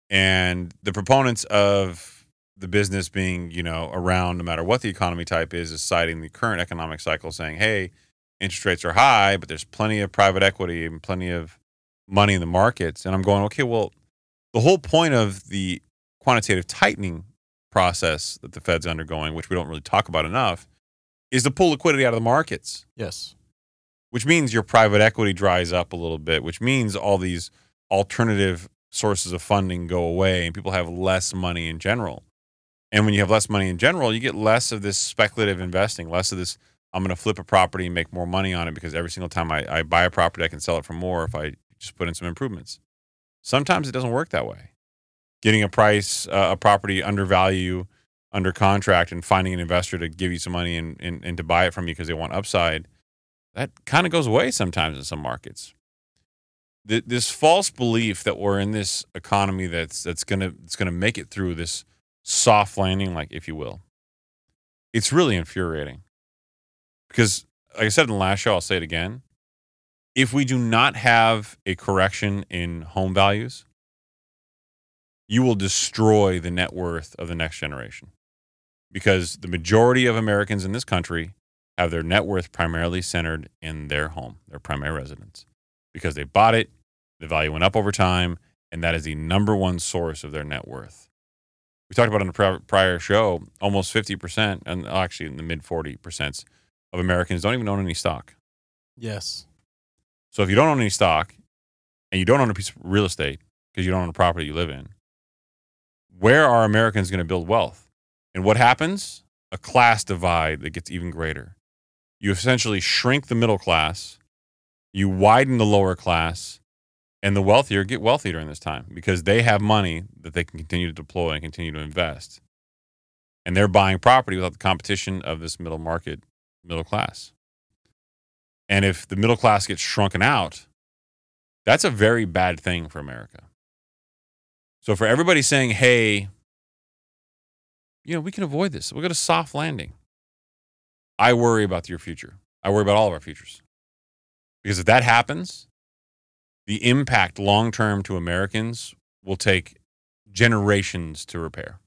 S2: And the proponents of the business being, you know, around no matter what the economy type is, is citing the current economic cycle saying, hey, interest rates are high, but there's plenty of private equity and plenty of money in the markets. And I'm going, okay, well, the whole point of the quantitative tightening process that the Fed's undergoing, which we don't really talk about enough, is to pull liquidity out of the markets,
S1: Yes.
S2: which means your private equity dries up a little bit, which means all these alternative sources of funding go away and people have less money in general. And when you have less money in general, you get less of this speculative investing, less of this. I'm going to flip a property and make more money on it because every single time I, I buy a property, I can sell it for more if I just put in some improvements. Sometimes it doesn't work that way. Getting a price, uh, a property under value, under contract, and finding an investor to give you some money and, and, and to buy it from you because they want upside, that kind of goes away sometimes in some markets th- this false belief that we're in this economy that's that's gonna it's gonna make it through this soft landing, like if you will. It's really infuriating because, like I said in the last show, I'll say it again. If we do not have a correction in home values, you will destroy the net worth of the next generation because the majority of Americans in this country have their net worth primarily centered in their home, their primary residence, because they bought it, the value went up over time, and that is the number one source of their net worth. We talked about on the pri- prior show, almost 50%, and actually in the mid 40% of Americans don't even own any stock.
S1: Yes.
S2: So if you don't own any stock and you don't own a piece of real estate because you don't own a property you live in, where are Americans going to build wealth? And what happens? A class divide that gets even greater. You essentially shrink the middle class, you widen the lower class, and the wealthier get wealthier during this time because they have money that they can continue to deploy and continue to invest. And they're buying property without the competition of this middle market, middle class. And if the middle class gets shrunken out, that's a very bad thing for America. So for everybody saying, hey, you know, we can avoid this. We'll get a soft landing. I worry about your future. I worry about all of our futures. Because if that happens, the impact long term to Americans will take generations to repair.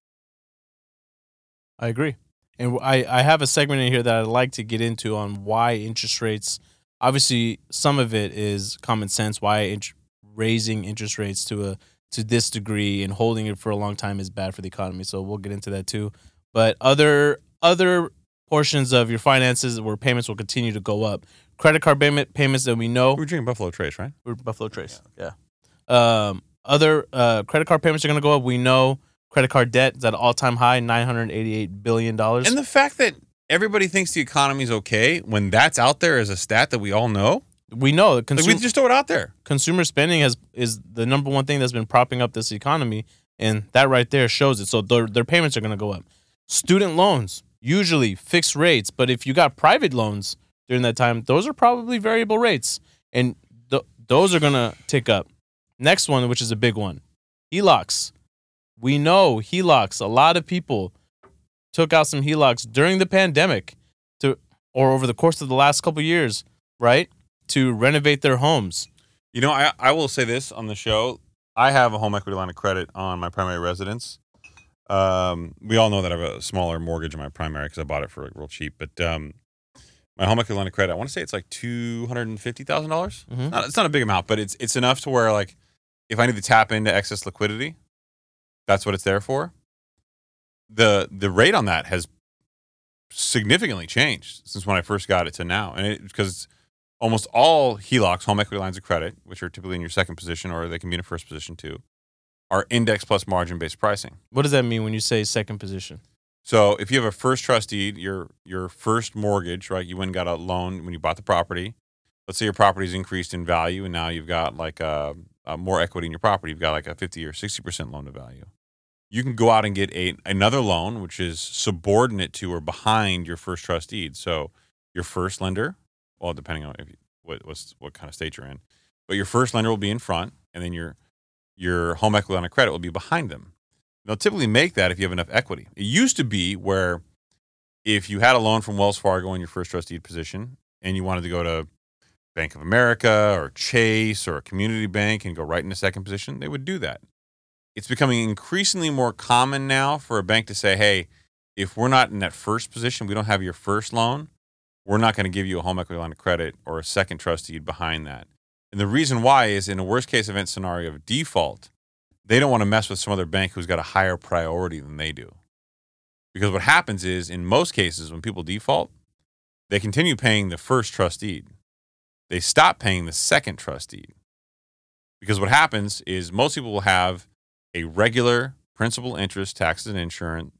S1: I agree. And w- I, I have a segment in here that I'd like to get into on why interest rates. Obviously, some of it is common sense. Why int- raising interest rates to a to this degree and holding it for a long time is bad for the economy. So we'll get into that too. But other other portions of your finances where payments will continue to go up. Credit card payment payments that we know
S2: We were drinking Buffalo Trace, right?
S1: we're Buffalo Trace. Yeah. Um, other uh, credit card payments are going to go up. We know credit card debt is at an all time high, nine hundred eighty eight billion dollars.
S2: And the fact that everybody thinks the economy's okay when that's out there as a stat that we all know,
S1: we know that
S2: like
S1: consumer
S2: we just throw it out there.
S1: consumer spending has is the number one thing that's been propping up this economy, and that right there shows it. So their their payments are going to go up. Student loans usually fixed rates, but if you got private loans during that time, those are probably variable rates, and th- those are going to tick up. Next one, which is a big one, E HELOCs. We know E HELOCs. A lot of people took out some E HELOCs during the pandemic, to or over the course of the last couple years, right? To renovate their homes.
S2: You know, I, I will say this on the show. I have a home equity line of credit on my primary residence. Um, we all know that I have a smaller mortgage on my primary because I bought it for like real cheap. But um, my home equity line of credit, I want to say it's like two hundred and fifty thousand dollars.
S1: Mhm.
S2: Not- It's not a big amount, but it's it's enough to where like if I need to tap into excess liquidity, that's what it's there for. the The rate on that has significantly changed since when I first got it to now, and it because almost all HELOCs, home equity lines of credit, which are typically in your second position or they can be in a first position too, are index plus margin based pricing.
S1: What does that mean when you say second position?
S2: So if you have a first trust deed, your your first mortgage, right? You went and got a loan when you bought the property. Let's say your property's increased in value, and now you've got like a, a more equity in your property. You've got like a fifty or sixty percent loan to value. You can go out and get a another loan, which is subordinate to or behind your first trust deed. So your first lender, well, depending on if you, what what's, what kind of state you're in, but your first lender will be in front, and then your your home equity line of credit will be behind them they'll typically make that if you have enough equity. It used to be where if you had a loan from Wells Fargo in your first trust deed position and you wanted to go to Bank of America or Chase or a community bank and go right into second position, they would do that. It's becoming increasingly more common now for a bank to say, hey, if we're not in that first position, we don't have your first loan, we're not going to give you a home equity line of credit or a second trust deed behind that. And the reason why is in a worst case event scenario of default, they don't want to mess with some other bank who's got a higher priority than they do. Because what happens is, in most cases, when people default, they continue paying the first trust deed. They stop paying the second trust deed. Because what happens is most people will have a regular principal interest, taxes, and insurance,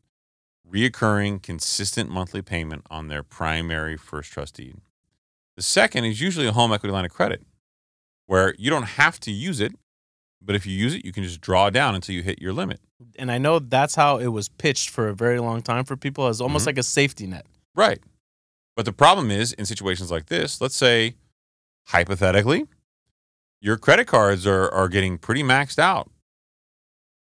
S2: reoccurring, consistent monthly payment on their primary first trust deed. The second is usually a home equity line of credit, where you don't have to use it but if you use it, you can just draw down until you hit your limit.
S1: And I know that's how it was pitched for a very long time for people as almost like a safety net.
S2: Right. But the problem is in situations like this, let's say hypothetically, your credit cards are, are getting pretty maxed out.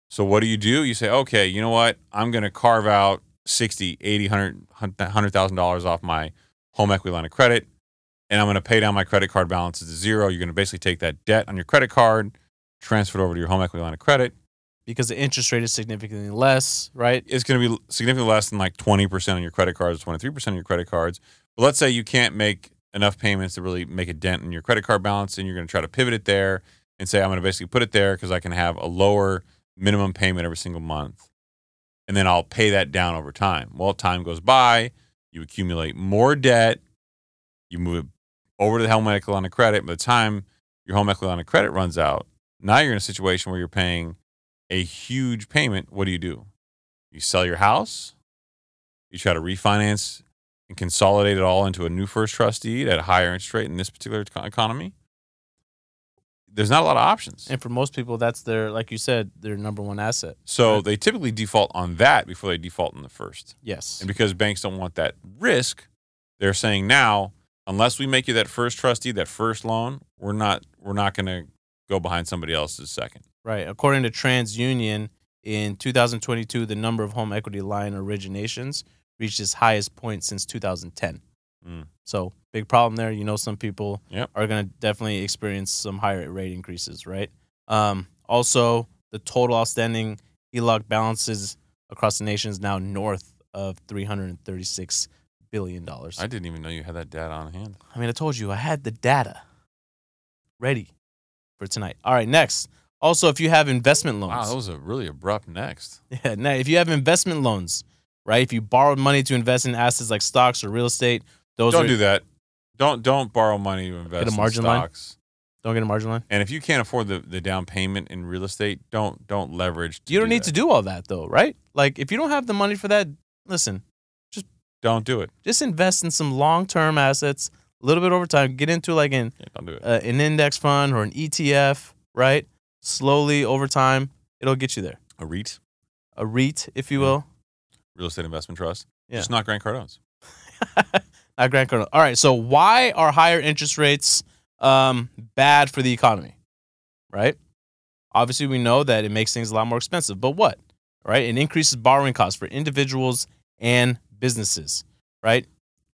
S2: So what do you do? You say, okay, you know what? I'm going to carve out 60, 80, 100 $100,000 off my home equity line of credit, and I'm going to pay down my credit card balance to zero. You're going to basically take that debt on your credit card, transfer it over to your home equity line of credit,
S1: Because the interest rate is significantly less, right?
S2: it's going to be significantly less than like 20% on your credit cards, 23% on your credit cards. But let's say you can't make enough payments to really make a dent in your credit card balance and you're going to try to pivot it there and say, I'm going to basically put it there because I can have a lower minimum payment every single month. And then I'll pay that down over time. Well, time goes by, you accumulate more debt, you move it over to the home equity line of credit. By the time your home equity line of credit runs out, now you're in a situation where you're paying a huge payment. What do you do? you sell your house, you try to refinance and consolidate it all into a new first trust deed at a higher interest rate in this particular econ- economy. There's not a lot of options.
S1: And for most people, that's their, like you said, their number one asset.
S2: So they typically default on that before they default on the first.
S1: Yes.
S2: And because banks don't want that risk, they're saying now, unless we make you that first trustee, that first loan, we're not we're not going to go behind somebody else's second.
S1: Right. According to TransUnion, in 2022, the number of home equity line originations reached its highest point since 2010.
S2: Mm.
S1: So, big problem there. You know, some people
S2: Yep.
S1: are going to definitely experience some higher rate increases, right? Um, also, the total outstanding HELOC balances across the nation is now north of $336 billion.
S2: I didn't even know you had that data on hand.
S1: I mean, I told you I had the data ready for tonight. All right, next. Also, if you have investment loans,
S2: Wow, that was a really abrupt next.
S1: yeah, now if you have investment loans, right? If you borrowed money to invest in assets like stocks or real estate, those
S2: don't
S1: are,
S2: do that. Don't don't borrow money to invest
S1: a
S2: in
S1: margin line?
S2: stocks.
S1: don't get a margin line.
S2: And if you can't afford the, the down payment in real estate, don't don't leverage.
S1: You don't need to do all that though, right? Like if you don't have the money for that, listen,
S2: Don't do it.
S1: just invest in some long-term assets, a little bit over time, get into like an
S2: Yeah, don't do it.
S1: uh, an index fund or an ETF, right? Slowly over time, it'll get you there.
S2: A REIT,
S1: A REIT, if you
S2: Yeah.
S1: will.
S2: real estate investment trust.
S1: Yeah.
S2: Just not Grant Cardone's.
S1: Not Grant Cardone. All right. So why are higher interest rates um, bad for the economy? Right. Obviously, we know that it makes things a lot more expensive. But what? Right. It increases borrowing costs for individuals and businesses. Right.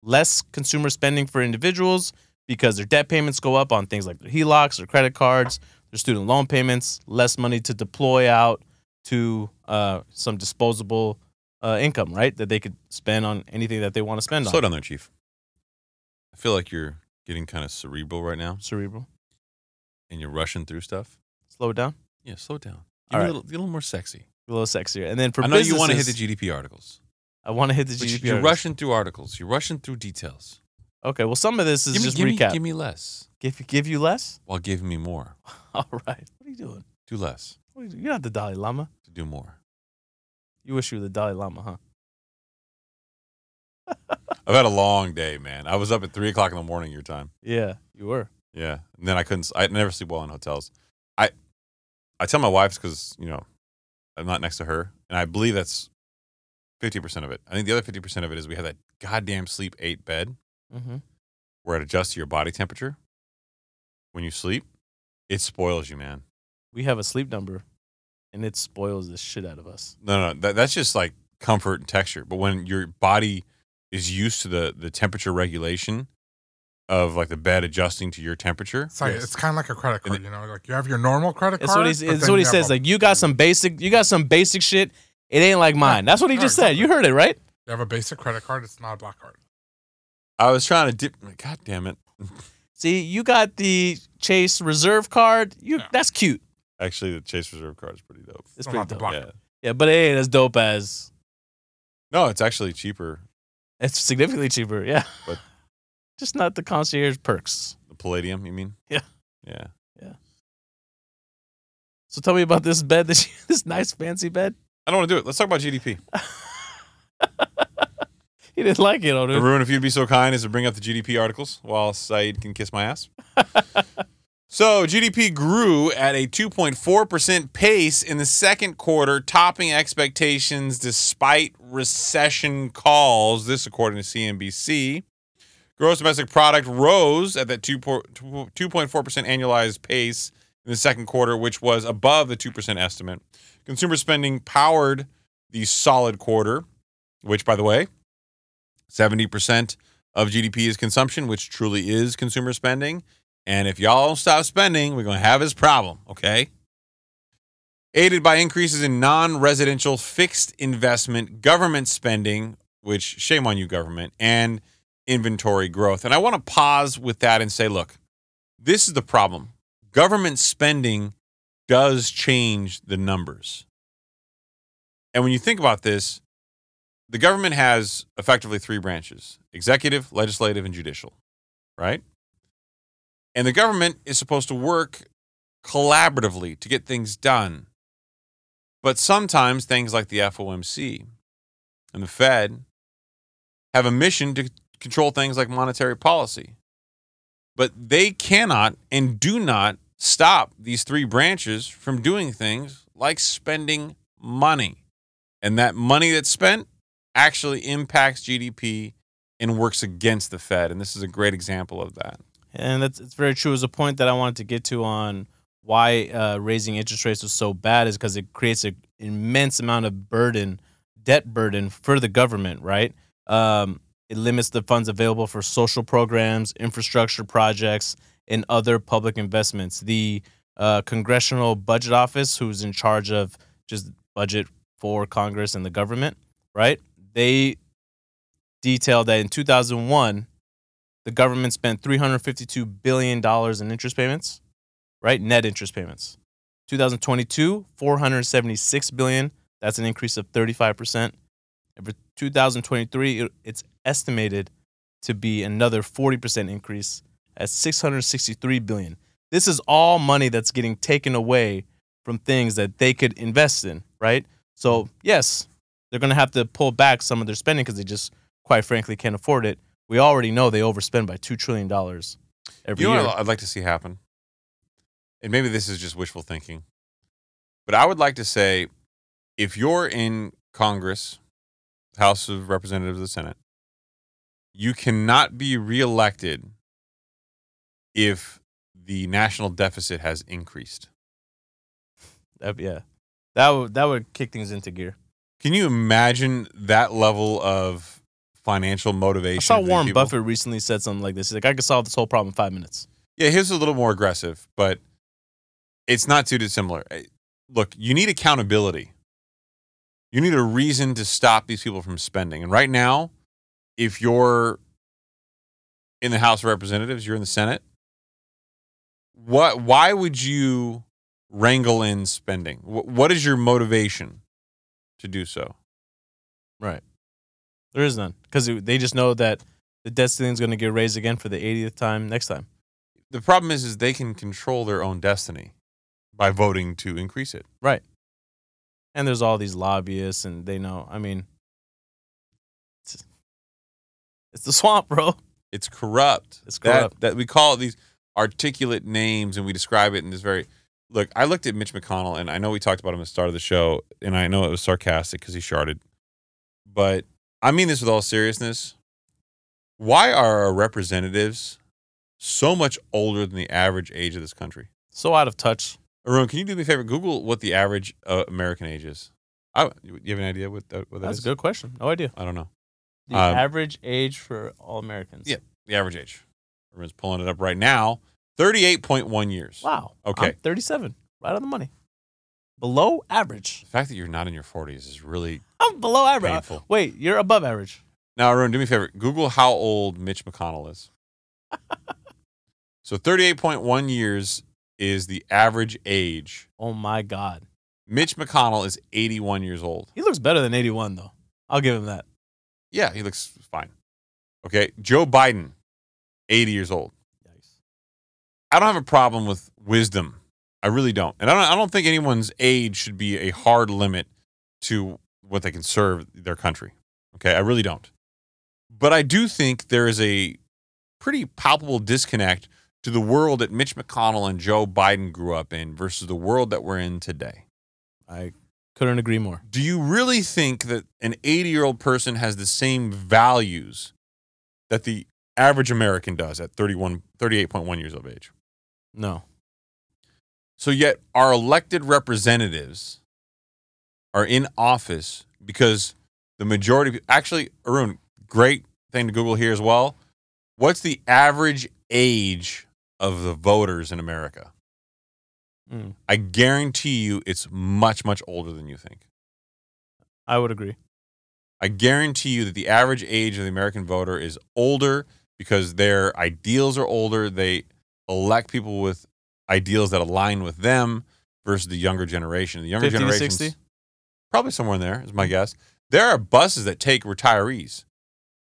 S1: Less consumer spending for individuals because their debt payments go up on things like their HELOCs or credit cards, their student loan payments, less money to deploy out to uh, some disposable uh, income, right? That they could spend on anything that they want to spend on.
S2: Slow down there, Chief. I feel like you're getting kind of cerebral right now
S1: cerebral.
S2: and you're rushing through stuff.
S1: Slow it down.
S2: Yeah, slow down. Get
S1: All
S2: a,
S1: right.
S2: little, get a little more sexy.
S1: A little sexier. And then for
S2: I know you want to hit the
S1: businesses-
S2: GDP articles.
S1: I want to hit the
S2: but you-
S1: GDP.
S2: You're
S1: article.
S2: rushing through articles. You're rushing through details.
S1: Okay. Well, some of this is
S2: Give me,
S1: just
S2: give, me,
S1: recap.
S2: give me less
S1: give give you less.
S2: while giving me more.
S1: All right. What are you doing?
S2: Do less
S1: What are you doing? You're not the Dalai Lama.
S2: to do more.
S1: You wish you were the Dalai Lama, huh?
S2: I've had a long day, man. I was up at three o'clock in the morning your time.
S1: Yeah, you were.
S2: Yeah, and then I couldn't. I never sleep well in hotels. I I tell my wife because you know I'm not next to her, and I believe that's fifty percent of it. I think the other fifty percent of it is we have that goddamn sleep eight bed
S1: Mm-hmm.
S2: where it adjusts to your body temperature when you sleep. It spoils you, man.
S1: We have a sleep number, and it spoils the shit out of us.
S2: No, no, that, that's just like comfort and texture. But when your body is used to the the temperature regulation of like the bed adjusting to your temperature,
S3: It's like
S1: Yes.
S3: it's kind of like a credit card, you know. Like you have your normal credit
S1: It's
S3: card.
S1: what he's,
S3: but
S1: it's
S3: then
S1: what he
S3: you have
S1: says.
S3: a-
S1: Like you got some basic, you got some basic shit. It ain't like mine. That's what he
S3: Sure,
S1: just said. You heard it, right?
S3: you have a basic credit card. It's not a black card.
S2: I was trying to dip. God damn it.
S1: See, you got the Chase Reserve card. You
S3: Yeah.
S1: that's cute.
S2: Actually, the Chase Reserve card is pretty dope.
S1: It's
S3: Don't
S1: pretty
S3: have the
S1: dope.
S3: black
S2: Yeah.
S3: card.
S1: Yeah, but it ain't as dope as
S2: No, it's actually cheaper.
S1: It's significantly cheaper, yeah.
S2: But-
S1: just not the concierge perks.
S2: The Palladium, you mean?
S1: Yeah.
S2: Yeah.
S1: So tell me about this bed, this this nice fancy bed.
S2: I don't want to do it. Let's talk about GDP.
S1: He didn't like it, oh,
S2: The
S1: dude.
S2: ruin, if you'd be so kind, is to bring up the GDP articles while Saeed can kiss my ass. so GDP grew at a 2.4% pace in the second quarter, topping expectations despite recession calls. This, according to CNBC. Gross domestic product rose at that 2 po- 2.4% annualized pace in the second quarter, which was above the 2% estimate. Consumer spending powered the solid quarter, which, by the way, 70% of GDP is consumption, which truly is consumer spending. And if y'all don't stop spending, we're going to have this problem, okay? Aided by increases in non residential fixed investment, government spending, which shame on you, government, and inventory growth. And I want to pause with that and say, look, this is the problem. Government spending does change the numbers. And when you think about this, the government has effectively three branches executive, legislative, and judicial, right? And the government is supposed to work collaboratively to get things done. But sometimes things like the FOMC and the Fed have a mission to control things like monetary policy. But they cannot and do not stop these three branches from doing things like spending money. And that money that's spent actually impacts GDP and works against the Fed. And this is a great example of that.
S1: And that's it's very true. It was a point that I wanted to get to on why uh, raising interest rates was so bad is because it creates an immense amount of burden, debt burden for the government, right? Um, it limits the funds available for social programs, infrastructure projects, and other public investments. The uh, Congressional Budget Office, who's in charge of just budget for Congress and the government, right? They detailed that in 2001, the government spent $352 billion in interest payments, right? Net interest payments. 2022, 476 billion. That's an increase of 35%. And for 2023, it- it's estimated to be another 40% increase at 663 billion. This is all money that's getting taken away from things that they could invest in, right? So, yes, they're going to have to pull back some of their spending because they just, quite frankly, can't afford it. We already know they overspend by $2 trillion every
S2: you know
S1: year.
S2: what I'd like to see happen? And maybe this is just wishful thinking. But I would like to say if you're in Congress, House of Representatives, the Senate, you cannot be reelected if the national deficit has increased.
S1: That- yeah. That would, that would kick things into gear.
S2: Can you imagine that level of financial
S1: I
S2: motivation?
S1: saw
S2: for these
S1: Warren
S2: people?
S1: Buffett recently said something like this. He's like, I could solve this whole problem in five minutes.
S2: Yeah, his is a little more aggressive, but it's not too dissimilar. Eh, Look, you need accountability. You need a reason to stop these people from spending. And right now, if you're in the House of Representatives, you're in the Senate, what why would you wrangle in spending? Wh- What is your motivation to do so?
S1: Right. There is none because they just know that the debt ceiling's going to get raised again for the 80th time next time.
S2: The problem is is they can control their own destiny by voting to increase it.
S1: And there's all these lobbyists, and they know. I mean, it's, it's the swamp, bro.
S2: It's corrupt.
S1: It's
S2: That-
S1: corrupt.
S2: That, we call it these articulate names and we describe it in this very look. I looked at Mitch McConnell and I know we talked about him at the start of the show, and I know it was sarcastic because he sharded, but I mean this with all seriousness. Why are our representatives so much older than the average age of this country?
S1: So out of touch.
S2: Arun, can you do me a favor? Google what the average uh, American age is. I, you have an idea what that, what that
S1: That's
S2: is?
S1: a good question. No idea.
S2: I don't know.
S1: The
S2: Um,
S1: average age for all Americans.
S2: Yeah. The average age. Arun's pulling it up right now. Thirty-eight point one years.
S1: Wow.
S2: Okay.
S1: I'm 37. Right on the money. Below average.
S2: The fact that you're not in your 40s is really
S1: I'm below average. Uh,
S2: painful.
S1: Wait, you're above average.
S2: Now, Arun, do me a favor. Google how old Mitch McConnell is. so 38.1 years is the average age.
S1: Oh my God.
S2: Mitch McConnell is 81 years old.
S1: He looks better than 81, though. I'll give him that.
S2: Yeah, he looks fine. Okay. Joe Biden, 80 years old. I don't have a problem with wisdom. I really don't. And I don't, I don't think anyone's age should be a hard limit to what they can serve their country. Okay. I really don't. But I do think there is a pretty palpable disconnect to the world that Mitch McConnell and Joe Biden grew up in versus the world that we're in today.
S1: I couldn't agree more.
S2: Do you really think that an 80 year old person has the same values that the average American does at 31, 38.1 years of age?
S1: No.
S2: So yet our elected representatives are in office because the majority actually Arun, great thing to Google here as well. What's the average age of the voters in America?
S1: Mm.
S2: I guarantee you it's much, much older than you think.
S1: I would agree.
S2: I guarantee you that the average age of the American voter is older because their ideals are older. They elect people with ideals that align with them versus the younger generation. The younger
S1: 50 to
S2: generation,
S1: 60?
S2: probably somewhere in there, is my guess. There are buses that take retirees.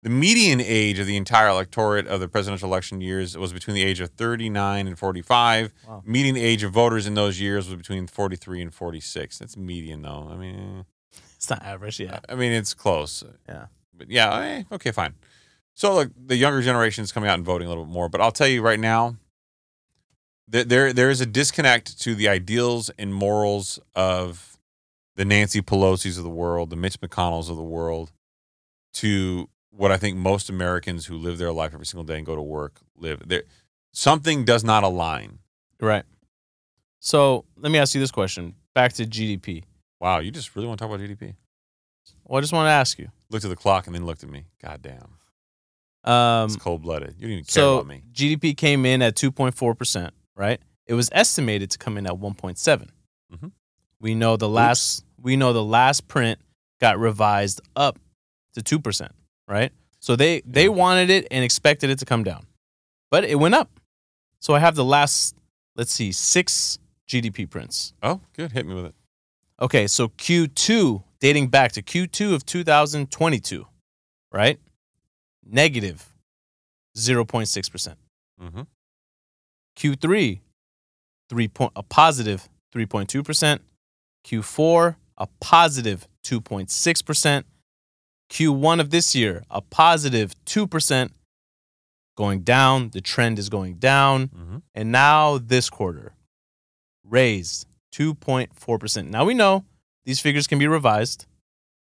S2: The median age of the entire electorate of the presidential election years was between the age of 39 and 45.
S1: Wow.
S2: Median age of voters in those years was between 43 and 46. That's median, though. I mean,
S1: It's not average, yeah.
S2: I mean, it's close.
S1: Yeah.
S2: But yeah, eh, okay, fine. So look, the younger generation is coming out and voting a little bit more. But I'll tell you right now, there there, there is a disconnect to the ideals and morals of the Nancy Pelosi's of the world, the Mitch McConnells of the world, to what I think most Americans who live their life every single day and go to work live. There, something does not align.
S1: Right. So let me ask you this question. Back to GDP.
S2: Wow, you just really want to talk about GDP?
S1: Well, I just want to ask you.
S2: Looked at the clock and then looked at me. God damn.
S1: Um,
S2: It's cold blooded. You don't even care
S1: so
S2: about me.
S1: GDP came in at 2.4%, right? It was estimated to come in at one7
S2: Mhm.
S1: We know the last we know the last print got revised up to 2%, right? So they they
S2: Yeah.
S1: wanted it and expected it to come down. But it went up. So I have the last let's see 6 GDP prints.
S2: Oh, good. Hit me with it.
S1: Okay, so Q2 dating back to Q2 of 2022, right? Negative 0.6%.
S2: Mm-hmm.
S1: Q3, three point a positive 3.2 percent. Q4, a positive 2.6 percent. Q1 of this year, a positive 2 percent. Going down, the trend is going down,
S2: Mm-hmm.
S1: and now this quarter, raised 2.4 percent. Now we know these figures can be revised,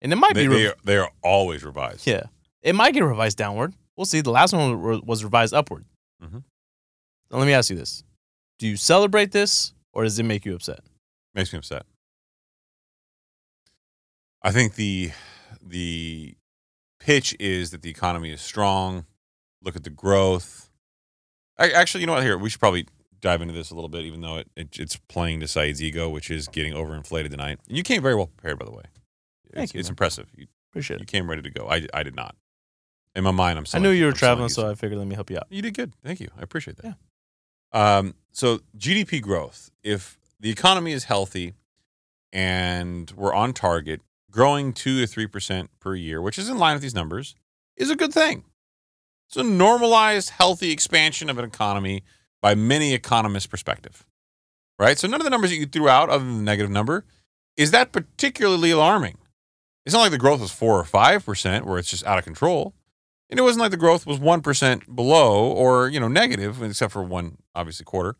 S1: and it might
S2: They,
S1: be re-
S2: they, are, they are always revised.
S1: yeah, it might get revised downward. We'll see. The last one wa- was revised upward.
S2: Mhm.
S1: Now, let me ask you this: Do you celebrate this, or does it make you upset?
S2: Makes me upset. I think the the pitch is that the economy is strong. Look at the growth. I, actually, you know what? Here, we should probably dive into this a little bit, even though it, it it's playing to Saeed's ego, which is getting overinflated tonight. And you came very well prepared, by the way. It's,
S1: Thank you,
S2: It's
S1: man.
S2: impressive. You,
S1: Appreciate
S2: you
S1: it.
S2: came ready to go. I, I did not. In my mind, I'm.
S1: I
S2: Selling,
S1: knew you were
S2: I'm selling
S1: traveling, so I figured let me help you out.
S2: you did good. Thank you. I appreciate that. Um, so GDP growth, if the economy is healthy and we're on target, growing two to three percent per year, which is in line with these numbers, is a good thing. It's a normalized, healthy expansion of an economy by many economists' perspective. Right? So none of the numbers that you threw out, other than the negative number, is that particularly alarming. It's not like the growth was four or five percent where it's just out of control. And it wasn't like the growth was 1% below or, you know, negative, except for one, obviously, quarter.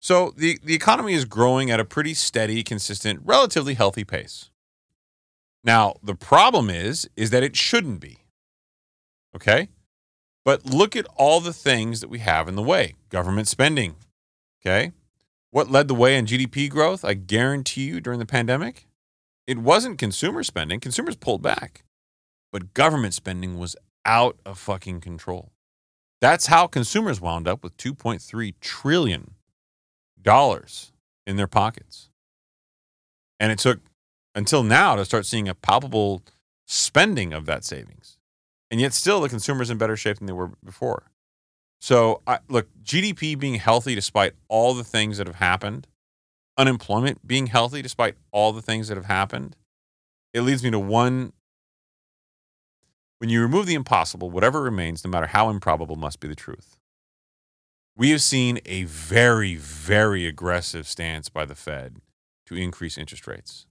S2: So the, the economy is growing at a pretty steady, consistent, relatively healthy pace. Now, the problem is, is that it shouldn't be. Okay? But look at all the things that we have in the way. Government spending. Okay? What led the way in GDP growth? I guarantee you during the pandemic, it wasn't consumer spending. Consumers pulled back. But government spending was out of fucking control. That's how consumers wound up with 2.3 trillion dollars in their pockets. And it took until now to start seeing a palpable spending of that savings. And yet still the consumers in better shape than they were before. So I, look, GDP being healthy despite all the things that have happened, unemployment being healthy despite all the things that have happened, it leads me to one when you remove the impossible, whatever remains, no matter how improbable, must be the truth. We have seen a very, very aggressive stance by the Fed to increase interest rates.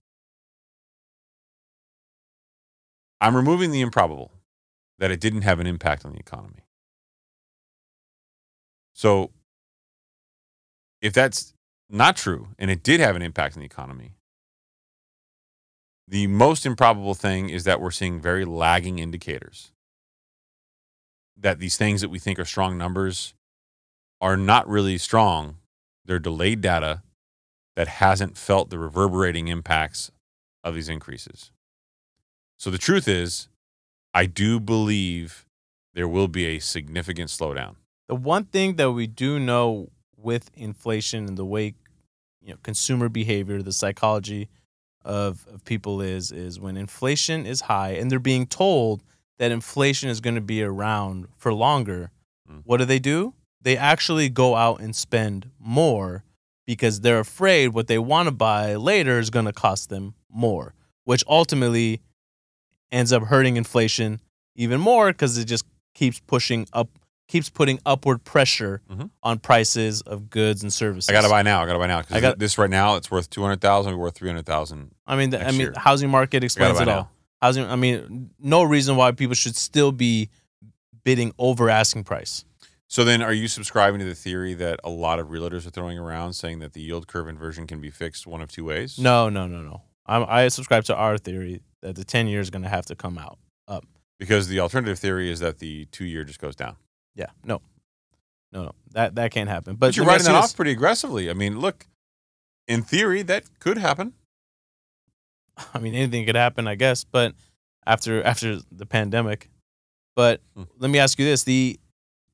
S2: I'm removing the improbable that it didn't have an impact on the economy. So, if that's not true and it did have an impact on the economy, the most improbable thing is that we're seeing very lagging indicators that these things that we think are strong numbers are not really strong they're delayed data that hasn't felt the reverberating impacts of these increases so the truth is i do believe there will be a significant slowdown
S1: The one thing that we do know with inflation and the way you know consumer behavior, the psychology of, of people is is when inflation is high and they're being told that inflation is going to be around for longer,
S2: Mm.
S1: what do they do? They actually go out and spend more because they're afraid what they want to buy later is going to cost them more, which ultimately ends up hurting inflation even more because it just keeps pushing up, keeps putting upward pressure
S2: Mhm.
S1: on prices of goods and services.
S2: i gotta buy now i gotta buy now
S1: I
S2: because
S1: got-
S2: this right now it's worth 200000 it'll be worth 300000
S1: I mean, the, I
S2: next
S1: mean,
S2: year.
S1: housing market explains
S2: buy
S1: it all.
S2: now.
S1: Housing. I mean, no reason why people should still be bidding over asking price.
S2: So then, are you subscribing to the theory that a lot of realtors are throwing around, saying that the yield curve inversion can be fixed one of two ways?
S1: No, no, no, no. I'm, I subscribe to our theory that the ten year is going to have to come out up.
S2: because the alternative theory is that the two-year just goes down.
S1: Yeah. No. No. No. That that can't happen. But,
S2: But, you're
S1: let me ask
S2: writing that
S1: you
S2: off
S1: this.
S2: pretty aggressively. I mean, look, in theory, that could happen.
S1: I mean, anything could happen, I guess. But after after the pandemic, but
S2: Hmm.
S1: let me ask you this: the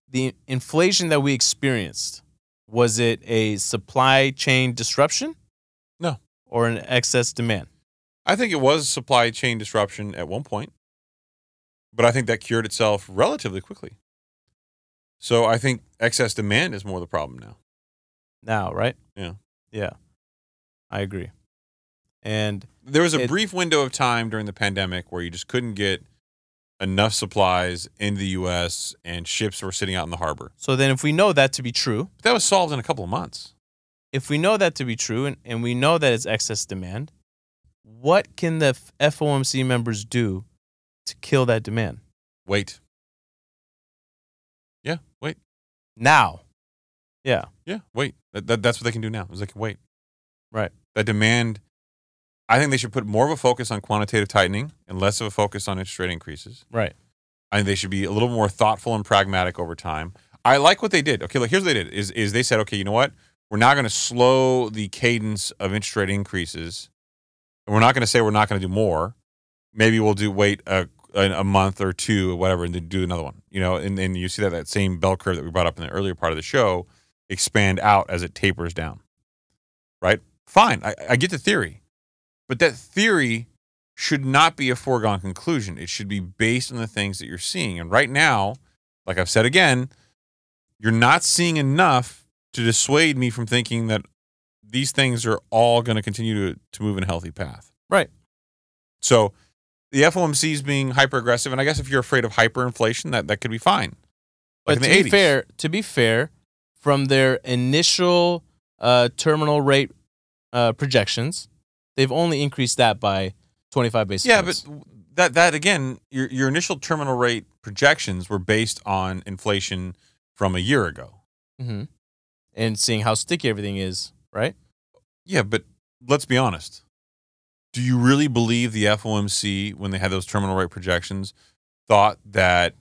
S1: the inflation that we experienced was it a supply chain disruption?
S2: No.
S1: or an excess demand?
S2: I think it was supply chain disruption at one point, but I think that cured itself relatively quickly. So I think excess demand is more the problem now.
S1: Now, right?
S2: Yeah.
S1: yeah, I agree. And
S2: There was a
S1: It-
S2: brief window of time during the pandemic where you just couldn't get enough supplies in the U.S. and ships were sitting out in the harbor.
S1: so then, if we know that to be true,
S2: But that was solved in a couple of months.
S1: if we know that to be true and, and we know that it's excess demand, what can the F- FOMC members do to kill that demand
S2: Wait. Yeah, wait.
S1: now? Yeah.
S2: Yeah, wait. That, that, that's what they can do now. Is they can wait.
S1: Right.
S2: That demand. I think they should put more of a focus on quantitative tightening and less of a focus on interest rate increases.
S1: Right.
S2: I think they should be a little more thoughtful and pragmatic over time. I like what they did. Okay, look, here's what they did: is is they said, okay, you know what? We're not going to slow the cadence of interest rate increases, and we're not going to say we're not going to do more. Maybe we'll do wait a a a month or two or whatever, and then do another one. You know, and and you see that that same bell curve that we brought up in the earlier part of the show expand out as it tapers down. Right? Fine, I, I get the theory, but that theory should not be a foregone conclusion. It should be based on the things that you're seeing. And right now, like I've said again, you're not seeing enough to dissuade me from thinking that these things are all going to continue to, to move in a healthy path.
S1: Right.
S2: So the FOMC is being hyper aggressive. And I guess if you're afraid of hyperinflation, that, that could be fine.
S1: but
S2: Like in
S1: to
S2: the
S1: be
S2: 80s.
S1: fair, to be fair, from their initial uh, terminal rate uh, projections, they've only increased that by 25 basis
S2: Yeah,
S1: points.
S2: but that that again, your your initial terminal rate projections were based on inflation from a year ago.
S1: hmm and seeing how sticky everything is, right?
S2: Yeah, but let's be honest. Do you really believe the FOMC when they had those terminal rate projections thought that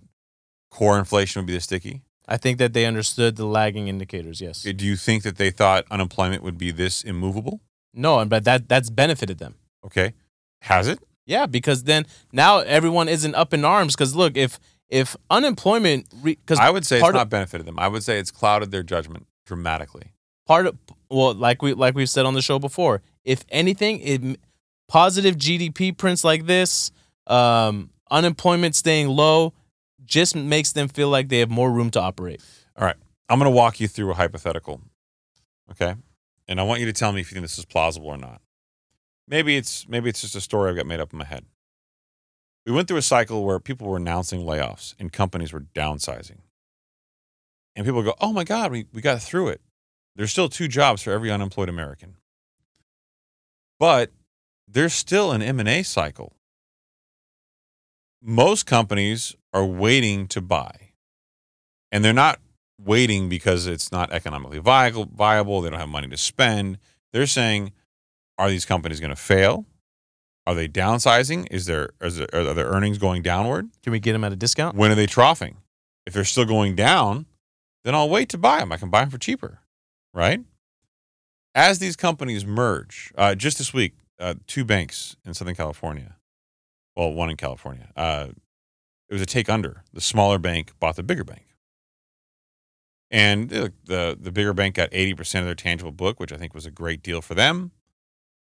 S2: core inflation would be this sticky?
S1: I think that they understood the lagging indicators. Yes.
S2: Do you think that they thought unemployment would be this immovable?
S1: no, and but that that's benefited them.
S2: Okay. Has it?
S1: Yeah, because then now everyone isn't up in arms. Because look, if if unemployment, because
S2: I would say it's
S1: part of-
S2: not benefited them. I would say it's clouded their judgment dramatically.
S1: part of well, like we like we've said on the show before, if anything, it positive GDP prints like this, um, unemployment staying low, just makes them feel like they have more room to operate.
S2: I'm going to walk you through a hypothetical. Okay? And I want you to tell me if you think this is plausible or not. Maybe it's maybe it's just a story I've got made up in my head. We went through a cycle where people were announcing layoffs and companies were downsizing. And people go, "Oh my god, we we got through it. There's still two jobs for every unemployed American." But there's still an M&A cycle. Most companies are waiting to buy. And they're not waiting because it's not economically viable, viable. They don't have money to spend. They're saying, are these companies going to fail? Are they downsizing? Is there, is there are their earnings going downward?
S1: Can we get them at a discount?
S2: When are they troughing? If they're still going down, then I'll wait to buy them. I can buy them for cheaper, right? As these companies merge, uh, just this week, uh, two banks in Southern California, well, one in California, uh, it was a take under. The smaller bank bought the bigger bank, and the the, the bigger bank got eighty percent of their tangible book, which I think was a great deal for them.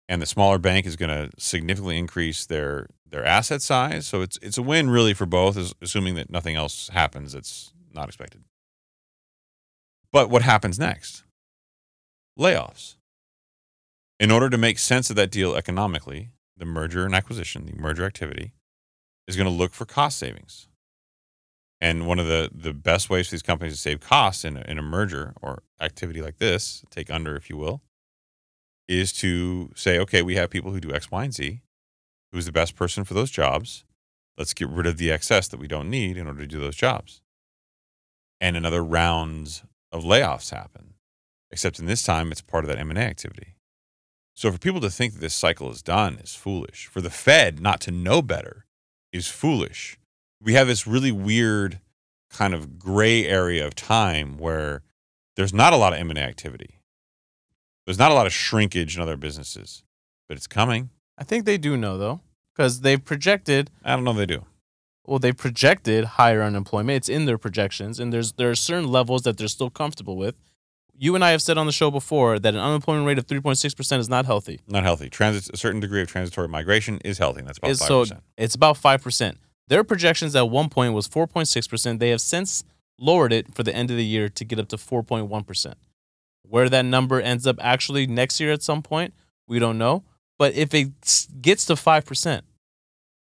S2: And the smaller bank is going to significantly increase their their asset size, so it's it's a win really for both, as- assuming that nothing else happens that's not expected. But what happens next? Layoffs. In order to make sense of that deal economically, the merger and acquisition, the merger activity, is going to look for cost savings. And one of the, the best ways for these companies to save costs in a, in a merger or activity like this, take under, if you will, is to say, okay, we have people who do X, Y, and Z. Who's the best person for those jobs? Let's get rid of the excess that we don't need in order to do those jobs. And another rounds of layoffs happen, except in this time it's part of that M&A activity. So for people to think that this cycle is done is foolish. For the Fed not to know better is foolish. We have this really weird kind of gray area of time where there's not a lot of M&A activity. There's not a lot of shrinkage in other businesses, but it's coming.
S1: I think they do know though, because they projected.
S2: I don't know if they do.
S1: Well, they projected higher unemployment. It's in their projections, and there's there are certain levels that they're still comfortable with. You and I have said on the show before that an unemployment rate of 3.6% is not healthy.
S2: Not healthy. Transit a certain degree of transitory migration is healthy. and That's about
S1: It's-
S2: five
S1: so
S2: percent.
S1: it's about 5%. Their projections at one point was 4.6%. They have since lowered it for the end of the year to get up to 4.1%. Where that number ends up actually next year at some point, we don't know. But if it s- gets to 5%,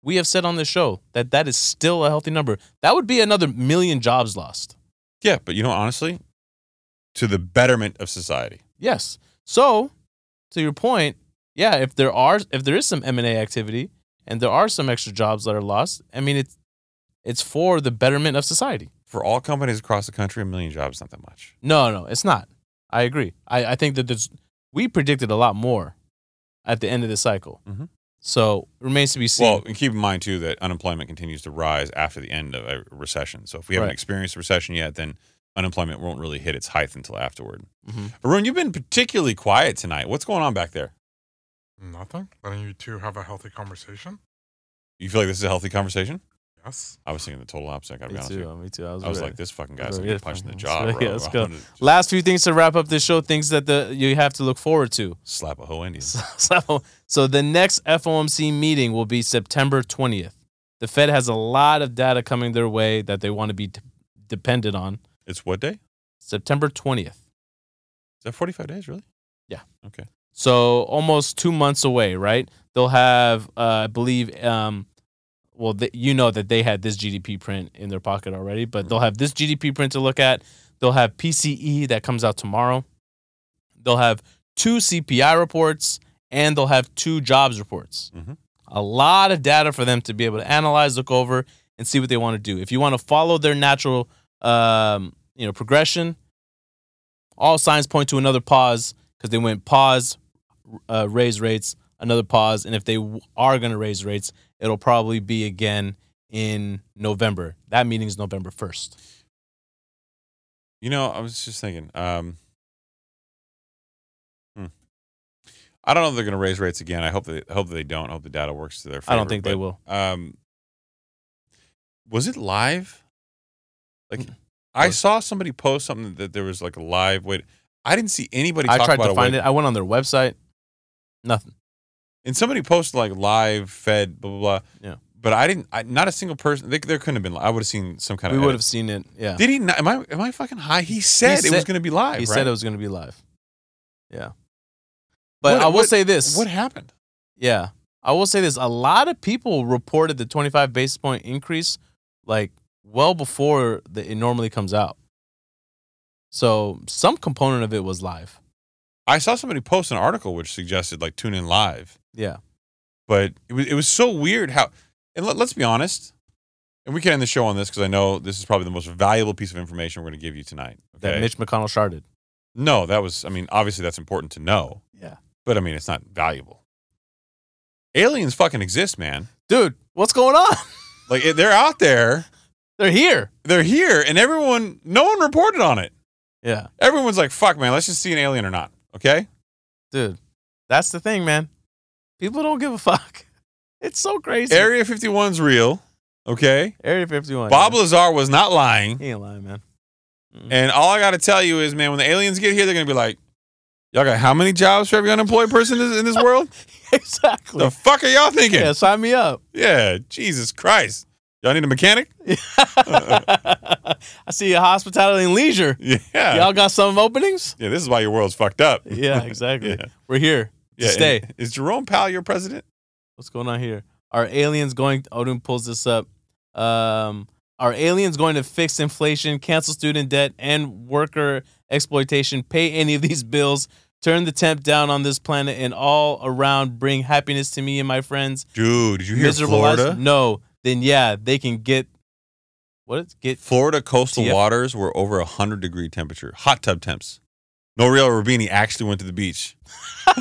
S1: we have said on this show that that is still a healthy number. That would be another million jobs lost.
S2: Yeah, but you know, honestly, to the betterment of society.
S1: Yes. So, to your point, yeah, if there are if there is some M and A activity and there are some extra jobs that are lost, I mean it's it's for the betterment of society.
S2: For all companies across the country, a million jobs is not that much.
S1: No, no, it's not. I agree. I, I think that there's we predicted a lot more at the end of the cycle.
S2: Mhm.
S1: So remains to be seen.
S2: Well, and keep in mind too that unemployment continues to rise after the end of a recession. So if we haven't
S1: Right.
S2: experienced a recession yet, then unemployment won't really hit its height until afterward.
S1: Mhm.
S2: Arun, you've been particularly quiet tonight. What's going on back there?
S3: Nothing. Letting you two have a healthy conversation.
S2: You feel like this is a healthy conversation?
S3: Yes.
S2: I was thinking the total opposite. I gotta
S1: me
S2: be honest.
S1: too.
S2: With you.
S1: Me too. I was,
S2: I was
S1: ready.
S2: like, this fucking
S1: I was
S2: guy's like
S1: ready.
S2: a punch in the
S1: I
S2: jaw.
S1: was ready.
S2: bro.
S1: Let's
S2: I
S1: go.
S2: wanted to just
S1: Last few things to wrap up this show. Things that the you have to look forward to.
S2: Slap a hoe Indian.
S1: So, so the next FOMC meeting will be September 20th. The Fed has a lot of data coming their way that they want to be d- dependent on.
S2: It's what day? Is
S1: September 20th.
S2: that 45 days, really?
S1: So almost two months away, right? They'll have, uh, I believe, um, well, th- you know that they had this GDP print in their pocket already, but they'll have this GDP print to look at. They'll have PCE that comes out tomorrow. They'll have two CPI reports and they'll have two jobs reports.
S2: Mhm.
S1: A lot of data for them to be able to analyze, look over, and see what they want to do. If you want to follow their natural, um, you know, progression, all signs point to another pause because they went pause, uh, raise rates, another pause, and if they w- are going to raise rates, it'll probably be again in November. That meeting's November first.
S2: You know, I was just thinking. Um, hmm. I don't know if they're going to raise rates again. I hope they I hope they don't. I hope the data works to their favor.
S1: I don't think they
S2: but,
S1: will.
S2: Um, was it live? Like,
S1: Mm.
S2: I
S1: What?
S2: saw somebody post something that there was like a live. Wait, I didn't see anybody.
S1: I
S2: talk
S1: tried
S2: about
S1: to
S2: a
S1: find
S2: wait-
S1: it. I went on their website. Nothing.
S2: And somebody posted like live Fed blah blah blah.
S1: Yeah.
S2: But I didn't. I, not a single person. They, there couldn't have been. I would have seen some kind
S1: We
S2: of.
S1: would
S2: edit.
S1: have seen it. Yeah.
S2: Did he? Not, am I? Am I fucking high? He said it
S1: said-
S2: was going to be live.
S1: He
S2: right?
S1: said it was going to be live. Yeah. But
S2: What-
S1: I will
S2: what-
S1: say this.
S2: What happened?
S1: Yeah. I will say this. A lot of people reported the 25 basis point increase like well before the, it normally comes out. So some component of it was live.
S2: I saw somebody post an article which suggested like tune in live,
S1: Yeah.
S2: but it was it was so weird how. And let, us be honest, and we can end the show on this because I know this is probably the most valuable piece of information we're going to give you tonight.
S1: That
S2: okay?
S1: Mitch McConnell sharded.
S2: no, that was. I mean, obviously that's important to know,
S1: Yeah.
S2: but I mean it's not valuable. Aliens fucking exist, man.
S1: Dude, what's going on?
S2: Like it, they're out there,
S1: They're here.
S2: they're here, and everyone, no one reported on it.
S1: Yeah.
S2: Everyone's like, "Fuck, man, let's just see an alien or not." Okay,
S1: Dude, that's the thing, man. People don't give a fuck. It's so crazy.
S2: Area 51's real. Okay,
S1: Area 51.
S2: Bob
S1: man.
S2: Lazar was not lying.
S1: He ain't lying, man.
S2: And all I got to tell you is, man, when the aliens get here, they're going to be like, y'all got how many jobs for every unemployed person in this- in this world?
S1: exactly.
S2: the fuck are y'all thinking?
S1: Yeah, sign me up.
S2: Yeah, Jesus Christ. Y'all need a mechanic?
S1: I see hospitality and leisure.
S2: Yeah.
S1: Y'all got some openings?
S2: yeah, this is why your world's fucked up.
S1: Yeah, exactly.
S2: Yeah.
S1: We're here.
S2: Yeah, and
S1: Stay.
S2: Is Jerome Powell your president?
S1: What's going on here? Are aliens going? Odin pulls this up. Um, are aliens going to fix inflation, cancel student debt, and worker exploitation? Pay any of these bills? Turn the temp down on this planet, and all around bring happiness to me and my friends.
S2: Dude, did you hear
S1: lives?
S2: Florida?
S1: No. Then yeah, they can get what? is- Get
S2: Florida coastal
S1: TF.
S2: waters were over 100 degree temperature, hot tub temps. Noriel Rubini actually went to the beach.
S1: That's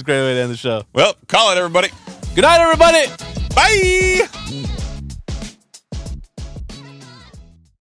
S1: a great way to end the show.
S2: Well, call it, everybody.
S1: Good night, everybody.
S2: Bye.